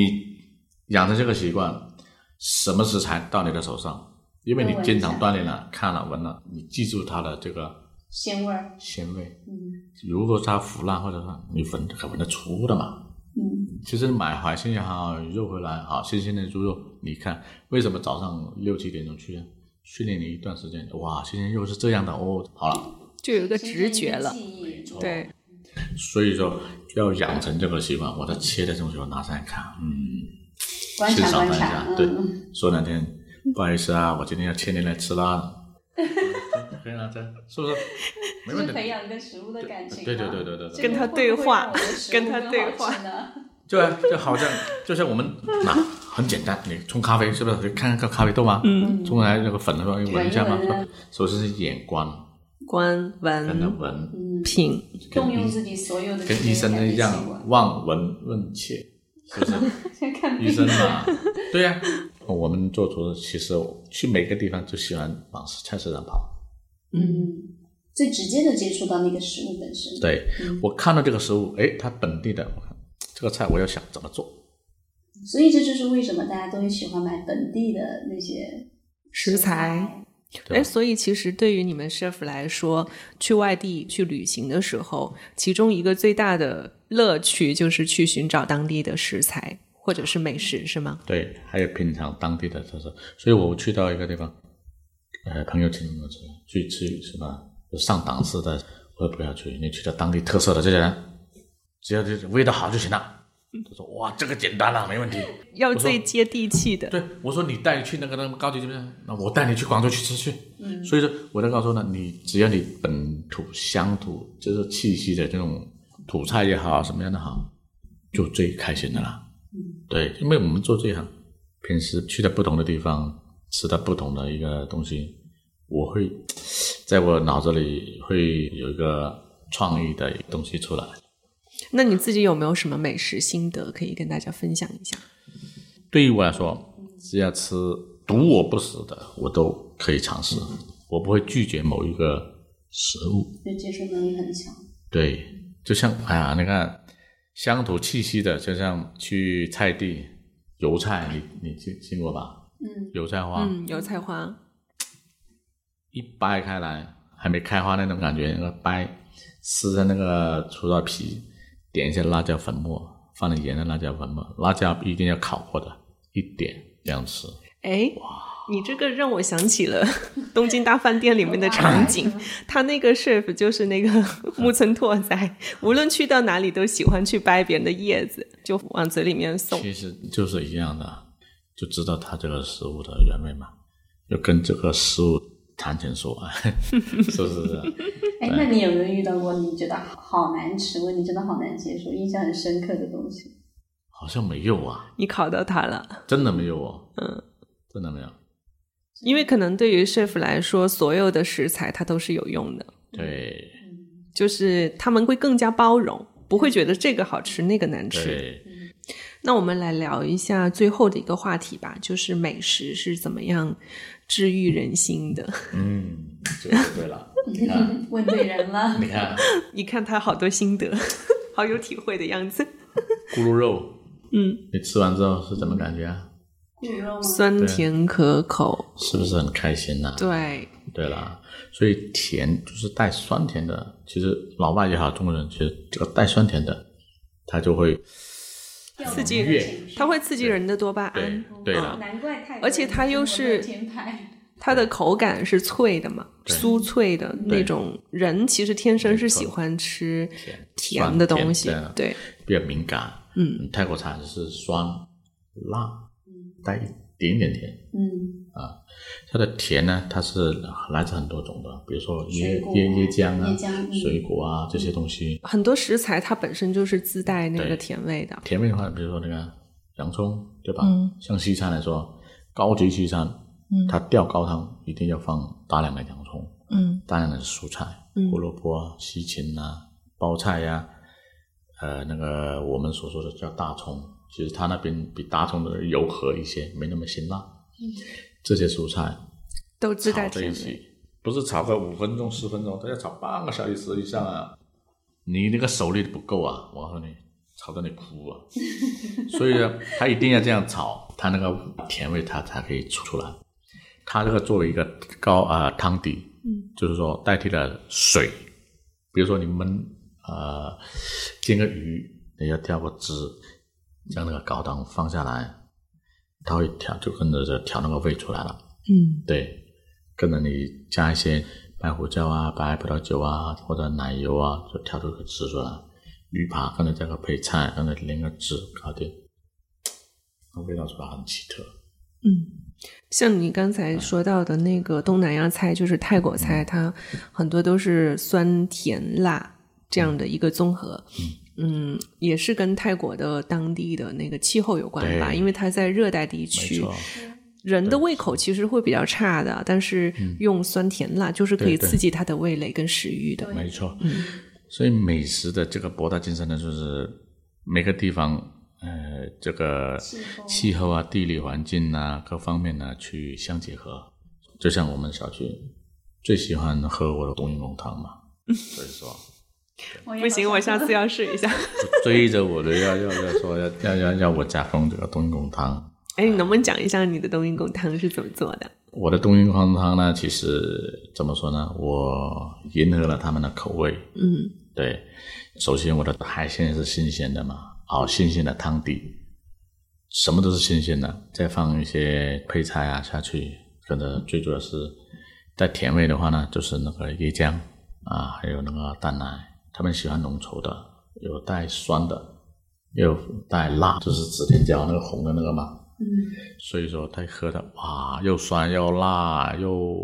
Speaker 1: 养成这个习惯，什么食材到你的手上，因为你
Speaker 4: 都闻一
Speaker 1: 经常
Speaker 4: 下
Speaker 1: 锻炼了、看了、闻了，你记住它的这个
Speaker 4: 鲜味儿，
Speaker 1: 鲜味。
Speaker 4: 嗯
Speaker 1: 如果它腐烂，或者说你闻可闻得出的嘛，
Speaker 4: 嗯
Speaker 1: 其实买海鲜也好，肉回来好，新鲜的猪肉，你看为什么早上六七点钟去啊？训练你一段时间，哇，新鲜肉是这样的哦。好了，
Speaker 3: 就有一个直觉了。
Speaker 4: 形成一个记忆
Speaker 3: 对，
Speaker 1: 所以说要养成这个习惯。我在切的这种时候拿上来看，嗯，
Speaker 4: 观
Speaker 1: 欣
Speaker 4: 察嗯
Speaker 1: 赏
Speaker 4: 观
Speaker 1: 它一
Speaker 4: 察
Speaker 1: 下，，对，说两天，不好意思啊，我今天要切你来吃辣的。可以了，这是不是？没问题
Speaker 4: 嗯，就。培养跟食物的感情嘛，
Speaker 1: 对对对对对对，
Speaker 3: 跟它对话
Speaker 4: 这个会不会让我的食物
Speaker 3: 跟它对话
Speaker 4: 更好吃呢
Speaker 1: 对啊，就好像就像我们拿很简单，你冲咖啡是不是？你看看咖啡豆啊嘛，
Speaker 3: 嗯
Speaker 1: 冲来那个粉的时候闻一下嘛，
Speaker 4: 闻一
Speaker 1: 是
Speaker 4: 闻
Speaker 1: 吧？首先是眼观，
Speaker 3: 观
Speaker 1: 跟着
Speaker 3: 闻
Speaker 1: 闻，
Speaker 4: 嗯，
Speaker 3: 品，
Speaker 4: 动用自己所有的
Speaker 1: 跟医生一样，望闻问切，是不是？
Speaker 4: 先看病
Speaker 1: 医生嘛，对呀、我们做厨师，其实去每个地方就喜欢往菜市场跑。
Speaker 4: 嗯，最直接的接触到那个食物本身，，
Speaker 1: 对
Speaker 4: 嗯
Speaker 1: 我看到这个食物，哎，它本地的，我看这个菜我要想怎么做，
Speaker 4: 所以这就是为什么大家都喜欢买本地的那些
Speaker 3: 食材。
Speaker 1: 对
Speaker 3: 哎，
Speaker 1: 吧？
Speaker 3: 所以其实对于你们 chef 来说，去外地去旅行的时候，其中一个最大的乐趣就是去寻找当地的食材或者是美食，是吗？
Speaker 1: 对，还有品尝当地的特色。所以我去到一个地方，呃，朋友请我吃去吃什么就上档次的，我也不要去，你去到当地特色的这些人，只要这味道好就行了。他说哇，这个简单啊了，没问题。
Speaker 3: 要
Speaker 1: 我说
Speaker 3: 最接地气的。
Speaker 1: 对，我说你带去那个那个高级酒店，那我带你去广州去吃去。嗯，所以说我在告诉他，你只要你本土乡土就是气息的这种土菜也好，什么样的好，就最开心的啦。嗯，对，因为我们做这一行，平时去到不同的地方，吃到不同的一个东西，我会在我脑子里会有一个创意的东西出来。
Speaker 3: 那你自己有没有什么美食心得可以跟大家分享一下？
Speaker 1: 对于我来说，只要吃赌我不死的，我都可以尝试，我不会拒绝某一个食物。
Speaker 4: 就接受能力很强。
Speaker 1: 对，就像哎呀，你看乡土气息的，就像去菜地油菜，你你见见过吧？
Speaker 4: 嗯，
Speaker 1: 油菜花、
Speaker 3: 嗯，油菜花，
Speaker 1: 一掰开来，还没开花那种感觉，那个掰撕着那个除了皮，点一些辣椒粉末，放点盐的辣椒粉末，辣椒一定要烤过的，一点这样吃。
Speaker 3: 哎，你这个让我想起了 东京大饭店里面的场景，
Speaker 1: 嗯
Speaker 3: 他那个 chef 就是那个木村拓哉，
Speaker 1: 嗯
Speaker 3: 无论去到哪里都喜欢去掰别人的叶子，就往嘴里面送。
Speaker 1: 其实就是一样的，就知道它这个食物的原味嘛，要跟这个食物谈情说爱， 是不是？
Speaker 4: 哎，那你有没有遇到过你觉得好难吃，或者你真的好难接受、印象很深刻的东西？
Speaker 1: 好像没有啊，
Speaker 3: 你考到他了，
Speaker 1: 真的没有哦，嗯，真的没有。
Speaker 3: 因为可能对于 chef 来说，所有的食材它都是有用的，
Speaker 1: 对
Speaker 4: 嗯
Speaker 3: 就是他们会更加包容，不会觉得这个好吃那个难吃。
Speaker 1: 对，
Speaker 3: 那我们来聊一下最后的一个话题吧，就是美食是怎么样治愈人心的。
Speaker 1: 嗯，这个就对了。你看，
Speaker 4: 问对人了，
Speaker 1: 你看，
Speaker 3: 你看他好多心得， 好有体会的样子，
Speaker 1: 咕噜肉，
Speaker 3: 嗯，
Speaker 1: 你吃完之后是怎么感觉啊？
Speaker 4: 骨肉吗？
Speaker 3: 酸甜可口。
Speaker 1: 是不是很开心呐、
Speaker 3: 对，
Speaker 1: 对啦，所以甜就是带酸甜的，其实老外也好，中国人其实这个带酸甜的，他就会
Speaker 3: 刺激
Speaker 1: 愉悦
Speaker 3: 它会刺激人的多巴
Speaker 1: 对
Speaker 3: 胺，
Speaker 1: 对
Speaker 3: 嗯
Speaker 1: 了。
Speaker 4: 难怪泰国人
Speaker 3: 而且它又是
Speaker 4: 天派，
Speaker 3: 它的口感是脆的嘛，
Speaker 1: 对
Speaker 3: 酥脆的那种。人其实天生是喜欢吃甜的东西
Speaker 1: 酸甜，
Speaker 3: 对，
Speaker 1: 比较敏感。
Speaker 3: 嗯，
Speaker 1: 泰国菜是酸、辣，带一点点甜。
Speaker 4: 嗯，
Speaker 1: 它的甜呢，它是来自很多种的，比如说椰
Speaker 4: 水果啊
Speaker 1: 椰椰浆啊、
Speaker 4: 椰浆嗯
Speaker 1: 水果啊这些东西。
Speaker 3: 很多食材它本身就是自带那个
Speaker 1: 对
Speaker 3: 甜味的。
Speaker 1: 甜味的话，比如说那个洋葱，对吧？
Speaker 3: 嗯
Speaker 1: 像西餐来说，高级西餐，
Speaker 3: 嗯
Speaker 1: 它吊高汤一定要放大量的洋葱，
Speaker 3: 嗯
Speaker 1: 大量的蔬菜，
Speaker 3: 嗯
Speaker 1: 胡萝卜啊、西芹啊、包菜呀、呃，那个我们所说的叫大葱，其实它那边比大葱的柔和一些，没那么辛辣。
Speaker 3: 嗯
Speaker 1: 这些蔬菜
Speaker 3: 都自带
Speaker 1: 炒在
Speaker 3: 甜
Speaker 1: 一
Speaker 3: 味。
Speaker 1: 起，不是炒个五分钟、十分钟，它要炒半个小时以上啊。你那个手力不够啊，我告诉你，吵得你哭啊。所以呢，他一定要这样炒，他那个甜味它才可以出出来。它这个作为一个高啊、呃汤底，嗯，就是说代替了水。比如说你焖呃煎个鱼，你要调个汁，将那个高汤放下来，它会调，就跟着这调那个味出来了。
Speaker 3: 嗯，
Speaker 1: 对，跟着你加一些白胡椒啊、白葡萄酒啊或者奶油啊，就调出个汁出来。鱼扒跟着加个配菜，跟着淋个汁，搞定，那味道出来很奇特。
Speaker 3: 嗯像你刚才说到的那个东南亚菜，就是泰国菜，它很多都是酸甜辣这样的一个综合。嗯，也是跟泰国的当地的那个气候有关吧，
Speaker 1: 对
Speaker 3: 因为它在热带地
Speaker 1: 没
Speaker 3: 区，
Speaker 1: 错，
Speaker 3: 人的胃口其实会比较差的，但是用酸甜辣就是可以
Speaker 1: 对嗯对
Speaker 3: 刺激他的味蕾跟食欲的。
Speaker 1: 没错。所以美食的这个博大精深呢，就是每个地方呃这个气候啊、地理环境啊各方面呢、去相结合。就像我们小区最喜欢喝我的冬阴功汤嘛，所以说。
Speaker 4: 我
Speaker 3: 不行，我下 次要试一下。
Speaker 1: 追着我的要要要说要要要要我加封这个冬阴功汤。
Speaker 3: 哎，你能不能讲一下你的冬阴功汤是怎么做的？
Speaker 1: 我的冬阴功汤呢，其实怎么说呢？我迎合了他们的口味。
Speaker 3: 嗯
Speaker 1: 对，首先我的海鲜是新鲜的嘛，熬新鲜的汤底，什么都是新鲜的，再放一些配菜啊下去，跟着最主要是带甜味的话呢，就是那个椰浆啊，还有那个蛋奶，他们喜欢浓稠的，有带酸的，也有带辣，就是紫甜椒那个红的那个嘛，
Speaker 4: 嗯
Speaker 1: 所以说他喝的哇，又酸又辣又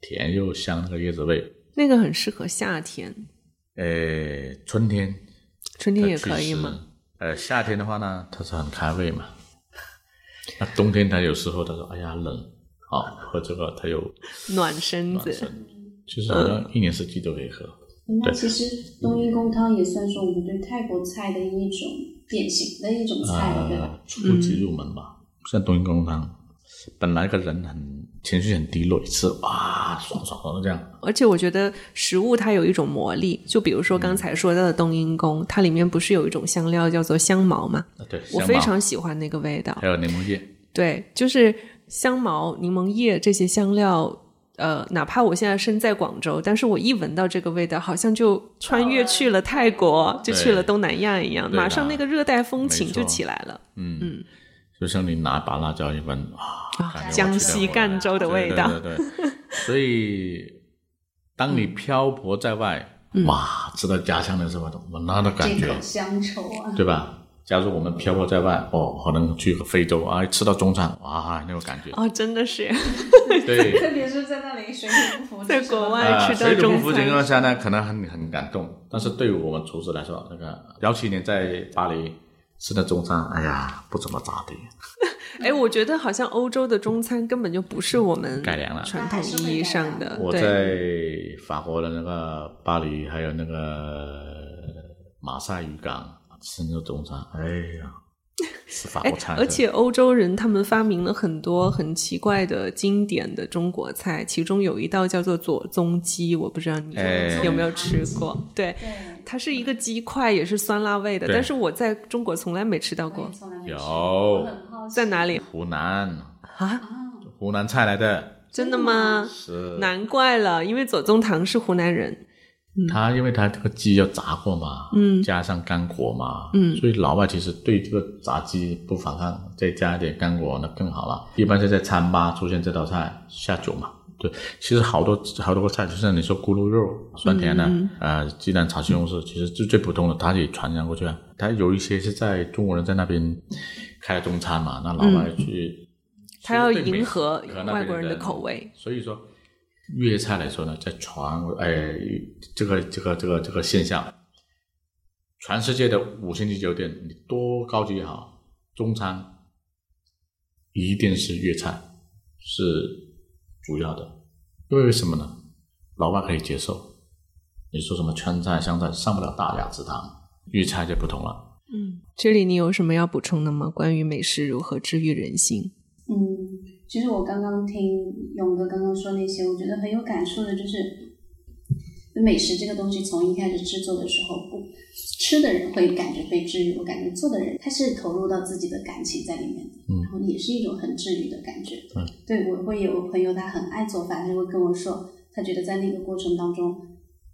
Speaker 1: 甜又香那个椰子味，
Speaker 3: 那个很适合夏天，
Speaker 1: 诶，春天
Speaker 3: 春天
Speaker 1: 它
Speaker 3: 也
Speaker 1: 确
Speaker 3: 可以
Speaker 1: 实
Speaker 3: 吗？？
Speaker 1: 呃，夏天的话呢，它是很开胃嘛。 那冬天它有时候它说：“哎呀，冷，好喝这个，它有
Speaker 3: 暖身
Speaker 1: 暖
Speaker 3: 子，
Speaker 1: 身。”其实好像一年四季都可以喝。
Speaker 4: 嗯那其实冬阴功汤也算是我们对泰国菜的一种典型的一种菜了，对吧？
Speaker 1: 呃，初级入门吧，像冬阴功汤，本来个人很情绪很低落，一吃哇，爽爽爽的这样，啊
Speaker 3: 而且我觉得食物它有一种魔力，就比如说
Speaker 1: 嗯
Speaker 3: 刚才说到的冬阴功，它里面不是有一种香料叫做香茅吗？
Speaker 1: 啊对，
Speaker 3: 我
Speaker 1: 香
Speaker 3: 非
Speaker 1: 茅
Speaker 3: 常喜欢那个味道。
Speaker 1: 还有柠檬叶，
Speaker 3: 对，就是香茅、柠檬叶这些香料，呃，哪怕我现在身在广州，但是我一闻到这个味道，好像就穿越去了泰国，就去了东南亚一样，
Speaker 1: 对的
Speaker 3: 马上那个热带风情
Speaker 1: 没
Speaker 3: 就
Speaker 1: 错
Speaker 3: 起来了，
Speaker 1: 嗯嗯，就像你拿把辣椒一闻啊，感觉我
Speaker 3: 江
Speaker 1: 去了
Speaker 3: 西
Speaker 1: 我
Speaker 3: 赣州的味道。
Speaker 1: 对对对 对所以，当
Speaker 3: 嗯
Speaker 1: 你漂泊在外，哇，知道家乡的时候，我那的感
Speaker 4: 这
Speaker 1: 觉
Speaker 4: 口，乡愁啊，
Speaker 1: 对吧？假如我们漂泊在外，哦，可能去个非洲啊，吃到中餐，哇，那种感觉，
Speaker 3: 哦，真的是
Speaker 1: 对。
Speaker 4: 特别是在那里水土不服，
Speaker 3: 在国外
Speaker 1: 啊，
Speaker 3: 吃到
Speaker 1: 水土不
Speaker 3: 中
Speaker 1: 服情况下
Speaker 3: 餐，
Speaker 1: 呢，可能很很感动，但是对于我们厨师来说，那个幺七年在巴黎吃的中餐，哎呀，不怎么咋地，
Speaker 3: 哎，我觉得好像欧洲的中餐根本就不是我们
Speaker 1: 改良了
Speaker 3: 传统意义上的。
Speaker 1: 我
Speaker 3: 对，
Speaker 1: 在法国的那个巴黎，还有那个马赛渔港吃那个中餐，哎呀，是法
Speaker 3: 哎
Speaker 1: 国菜，，
Speaker 3: 而且欧洲人他们发明了很多很奇怪的经典的中国菜，其中有一道叫做左宗鸡，我不知道你
Speaker 1: 哎
Speaker 3: 有没有吃过？对，
Speaker 4: 对，
Speaker 3: 它是一个鸡块，也是酸辣味的，
Speaker 1: 对
Speaker 3: 但是我在中国从来没吃到过，
Speaker 4: 从来没吃
Speaker 1: 有
Speaker 4: 过我很好奇
Speaker 3: 在哪里
Speaker 1: 湖南
Speaker 3: 啊？
Speaker 4: 啊？
Speaker 1: 湖南菜来的，
Speaker 3: 真的吗？
Speaker 1: 是
Speaker 3: 难怪了，因为左宗棠是湖南人，
Speaker 1: 它因为它这个鸡要炸过嘛，
Speaker 3: 嗯
Speaker 1: 加上干果嘛，
Speaker 3: 嗯
Speaker 1: 所以老外其实对这个炸鸡不反抗，再加一点干果那更好了。一般是在餐吧出现这道菜下酒嘛。对，其实好多好多个菜，就像你说咕噜肉、酸甜的，
Speaker 3: 嗯
Speaker 1: 呃，鸡蛋炒西红柿，其实就最普通的，它也传扬过去啊。它有一些是在中国人在那边开了中餐嘛，那老外去，
Speaker 3: 他嗯要
Speaker 1: 其实对美
Speaker 3: 迎合
Speaker 1: 和那边
Speaker 3: 外国人的口味，
Speaker 1: 所以说，粤菜来说呢，在传哎这个这个这个这个现象，全世界的五星级酒店，你多高级也好，中餐一定是粤菜是主要的，因为为什么呢？老外可以接受，你说什么川菜、湘菜上不了大雅之堂，粤菜就不同了。
Speaker 3: 嗯，这里你有什么要补充的吗？关于美食如何治愈人心？
Speaker 4: 嗯，其实我刚刚听勇哥刚刚说那些，我觉得很有感触的，就是美食这个东西从一开始制作的时候，不吃的人会感觉被治愈，我感觉做的人他是投入到自己的感情在里面的，
Speaker 1: 嗯
Speaker 4: 然后也是一种很治愈的感觉。
Speaker 1: 嗯
Speaker 4: 对我会有朋友他很爱做饭，他会跟我说，他觉得在那个过程当中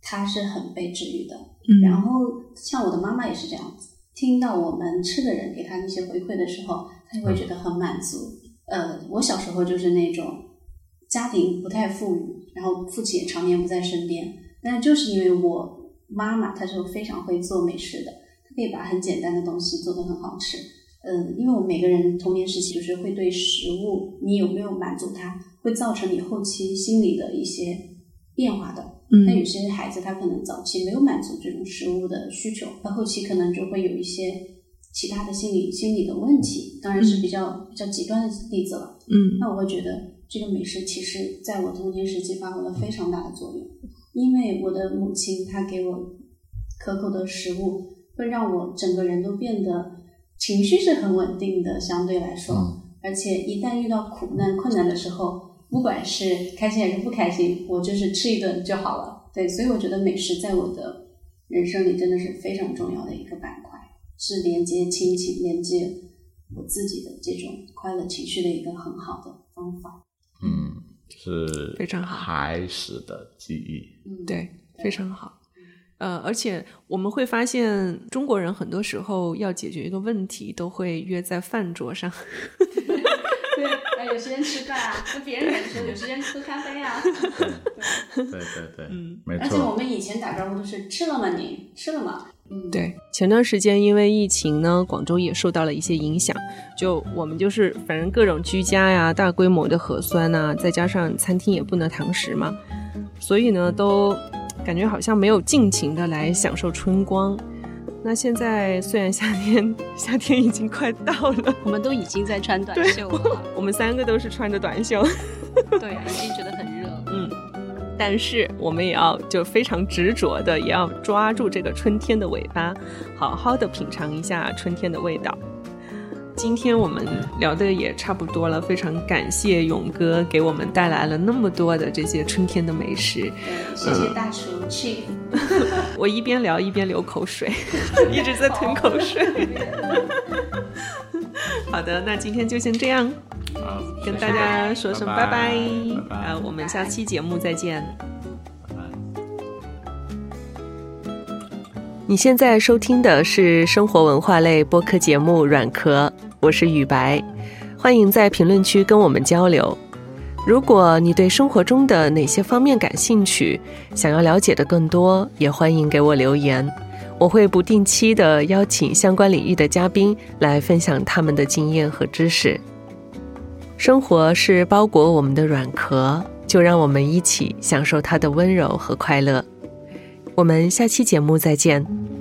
Speaker 4: 他是很被治愈的。然后像我的妈妈也是这样子，听到我们吃的人给她那些回馈的时候，她就会觉得很满足。呃，我小时候就是那种家庭不太富裕，然后父亲也常年不在身边，但就是因为我妈妈她是非常会做美食的，她可以把很简单的东西做得很好吃。嗯，因为我们每个人童年时期就是会对食物，你有没有满足它，会造成你后期心理的一些变化的。
Speaker 3: 嗯
Speaker 4: 那有些孩子他可能早期没有满足这种食物的需求，他后期可能就会有一些其他的心理心理的问题，当然是比较、比较极端的例子了。
Speaker 5: 嗯
Speaker 4: 那我会觉得这个美食其实在我童年时期发挥了非常大的作用，因为我的母亲她给我可口的食物，会让我整个人都变得情绪是很稳定的，相对来说。
Speaker 1: 嗯
Speaker 4: 而且一旦遇到苦难、困难的时候，不管是开心还是不开心，我就是吃一顿就好了。对，所以我觉得美食在我的人生里真的是非常重要的一个板块，是连接亲情、连接我自己的这种快乐情绪的一个很好的方法。
Speaker 1: 嗯，是
Speaker 3: 非常好
Speaker 1: 孩时的记 忆，
Speaker 4: 嗯，
Speaker 3: 对，非常好。呃，而且我们会发现，中国人很多时候要解决一个问题，都会约在饭桌上。
Speaker 4: 对。啊，有时间吃饭啊，跟别人也说有时间喝咖啡啊。
Speaker 1: 对对对，
Speaker 3: 嗯，
Speaker 1: 没
Speaker 4: 而且我
Speaker 1: 错，
Speaker 4: 们以前打招呼都是吃了吗你？吃了吗？嗯，
Speaker 3: 对，前段时间因为疫情呢，广州也受到了一些影响。就我们就是反正各种居家呀、大规模的核酸呐、再加上餐厅也不能堂食嘛，所以呢，都感觉好像没有尽情的来享受春光。那现在虽然夏天 夏天已经快到了，
Speaker 6: 我们都已经在穿短袖 了，
Speaker 3: 我们三个都是穿着短袖，
Speaker 6: 对啊，已经觉得很热了。
Speaker 3: 但是我们也要就非常执着的，也要抓住这个春天的尾巴，好好的品尝一下春天的味道。今天我们聊的也差不多了，非常感谢勇哥给我们带来了那么多的这些春天的美食。
Speaker 4: 对，谢谢大厨 Chief。
Speaker 3: 我一边聊一边流口水，一直在吞口水。 好的，那今天就先这样，
Speaker 1: 好，
Speaker 3: 跟大家说声
Speaker 1: 拜
Speaker 3: 拜拜
Speaker 1: 拜
Speaker 5: 呃
Speaker 1: 拜
Speaker 3: 啊，我们下期节目再见。
Speaker 1: 拜拜。
Speaker 5: 你现在收听的是生活文化类播客节目《软壳》，我是雨白，欢迎在评论区跟我们交流。如果你对生活中的哪些方面感兴趣，想要了解的更多，也欢迎给我留言，我会不定期的邀请相关领域的嘉宾来分享他们的经验和知识。生活是包裹我们的软壳，就让我们一起享受它的温柔和快乐。我们下期节目再见。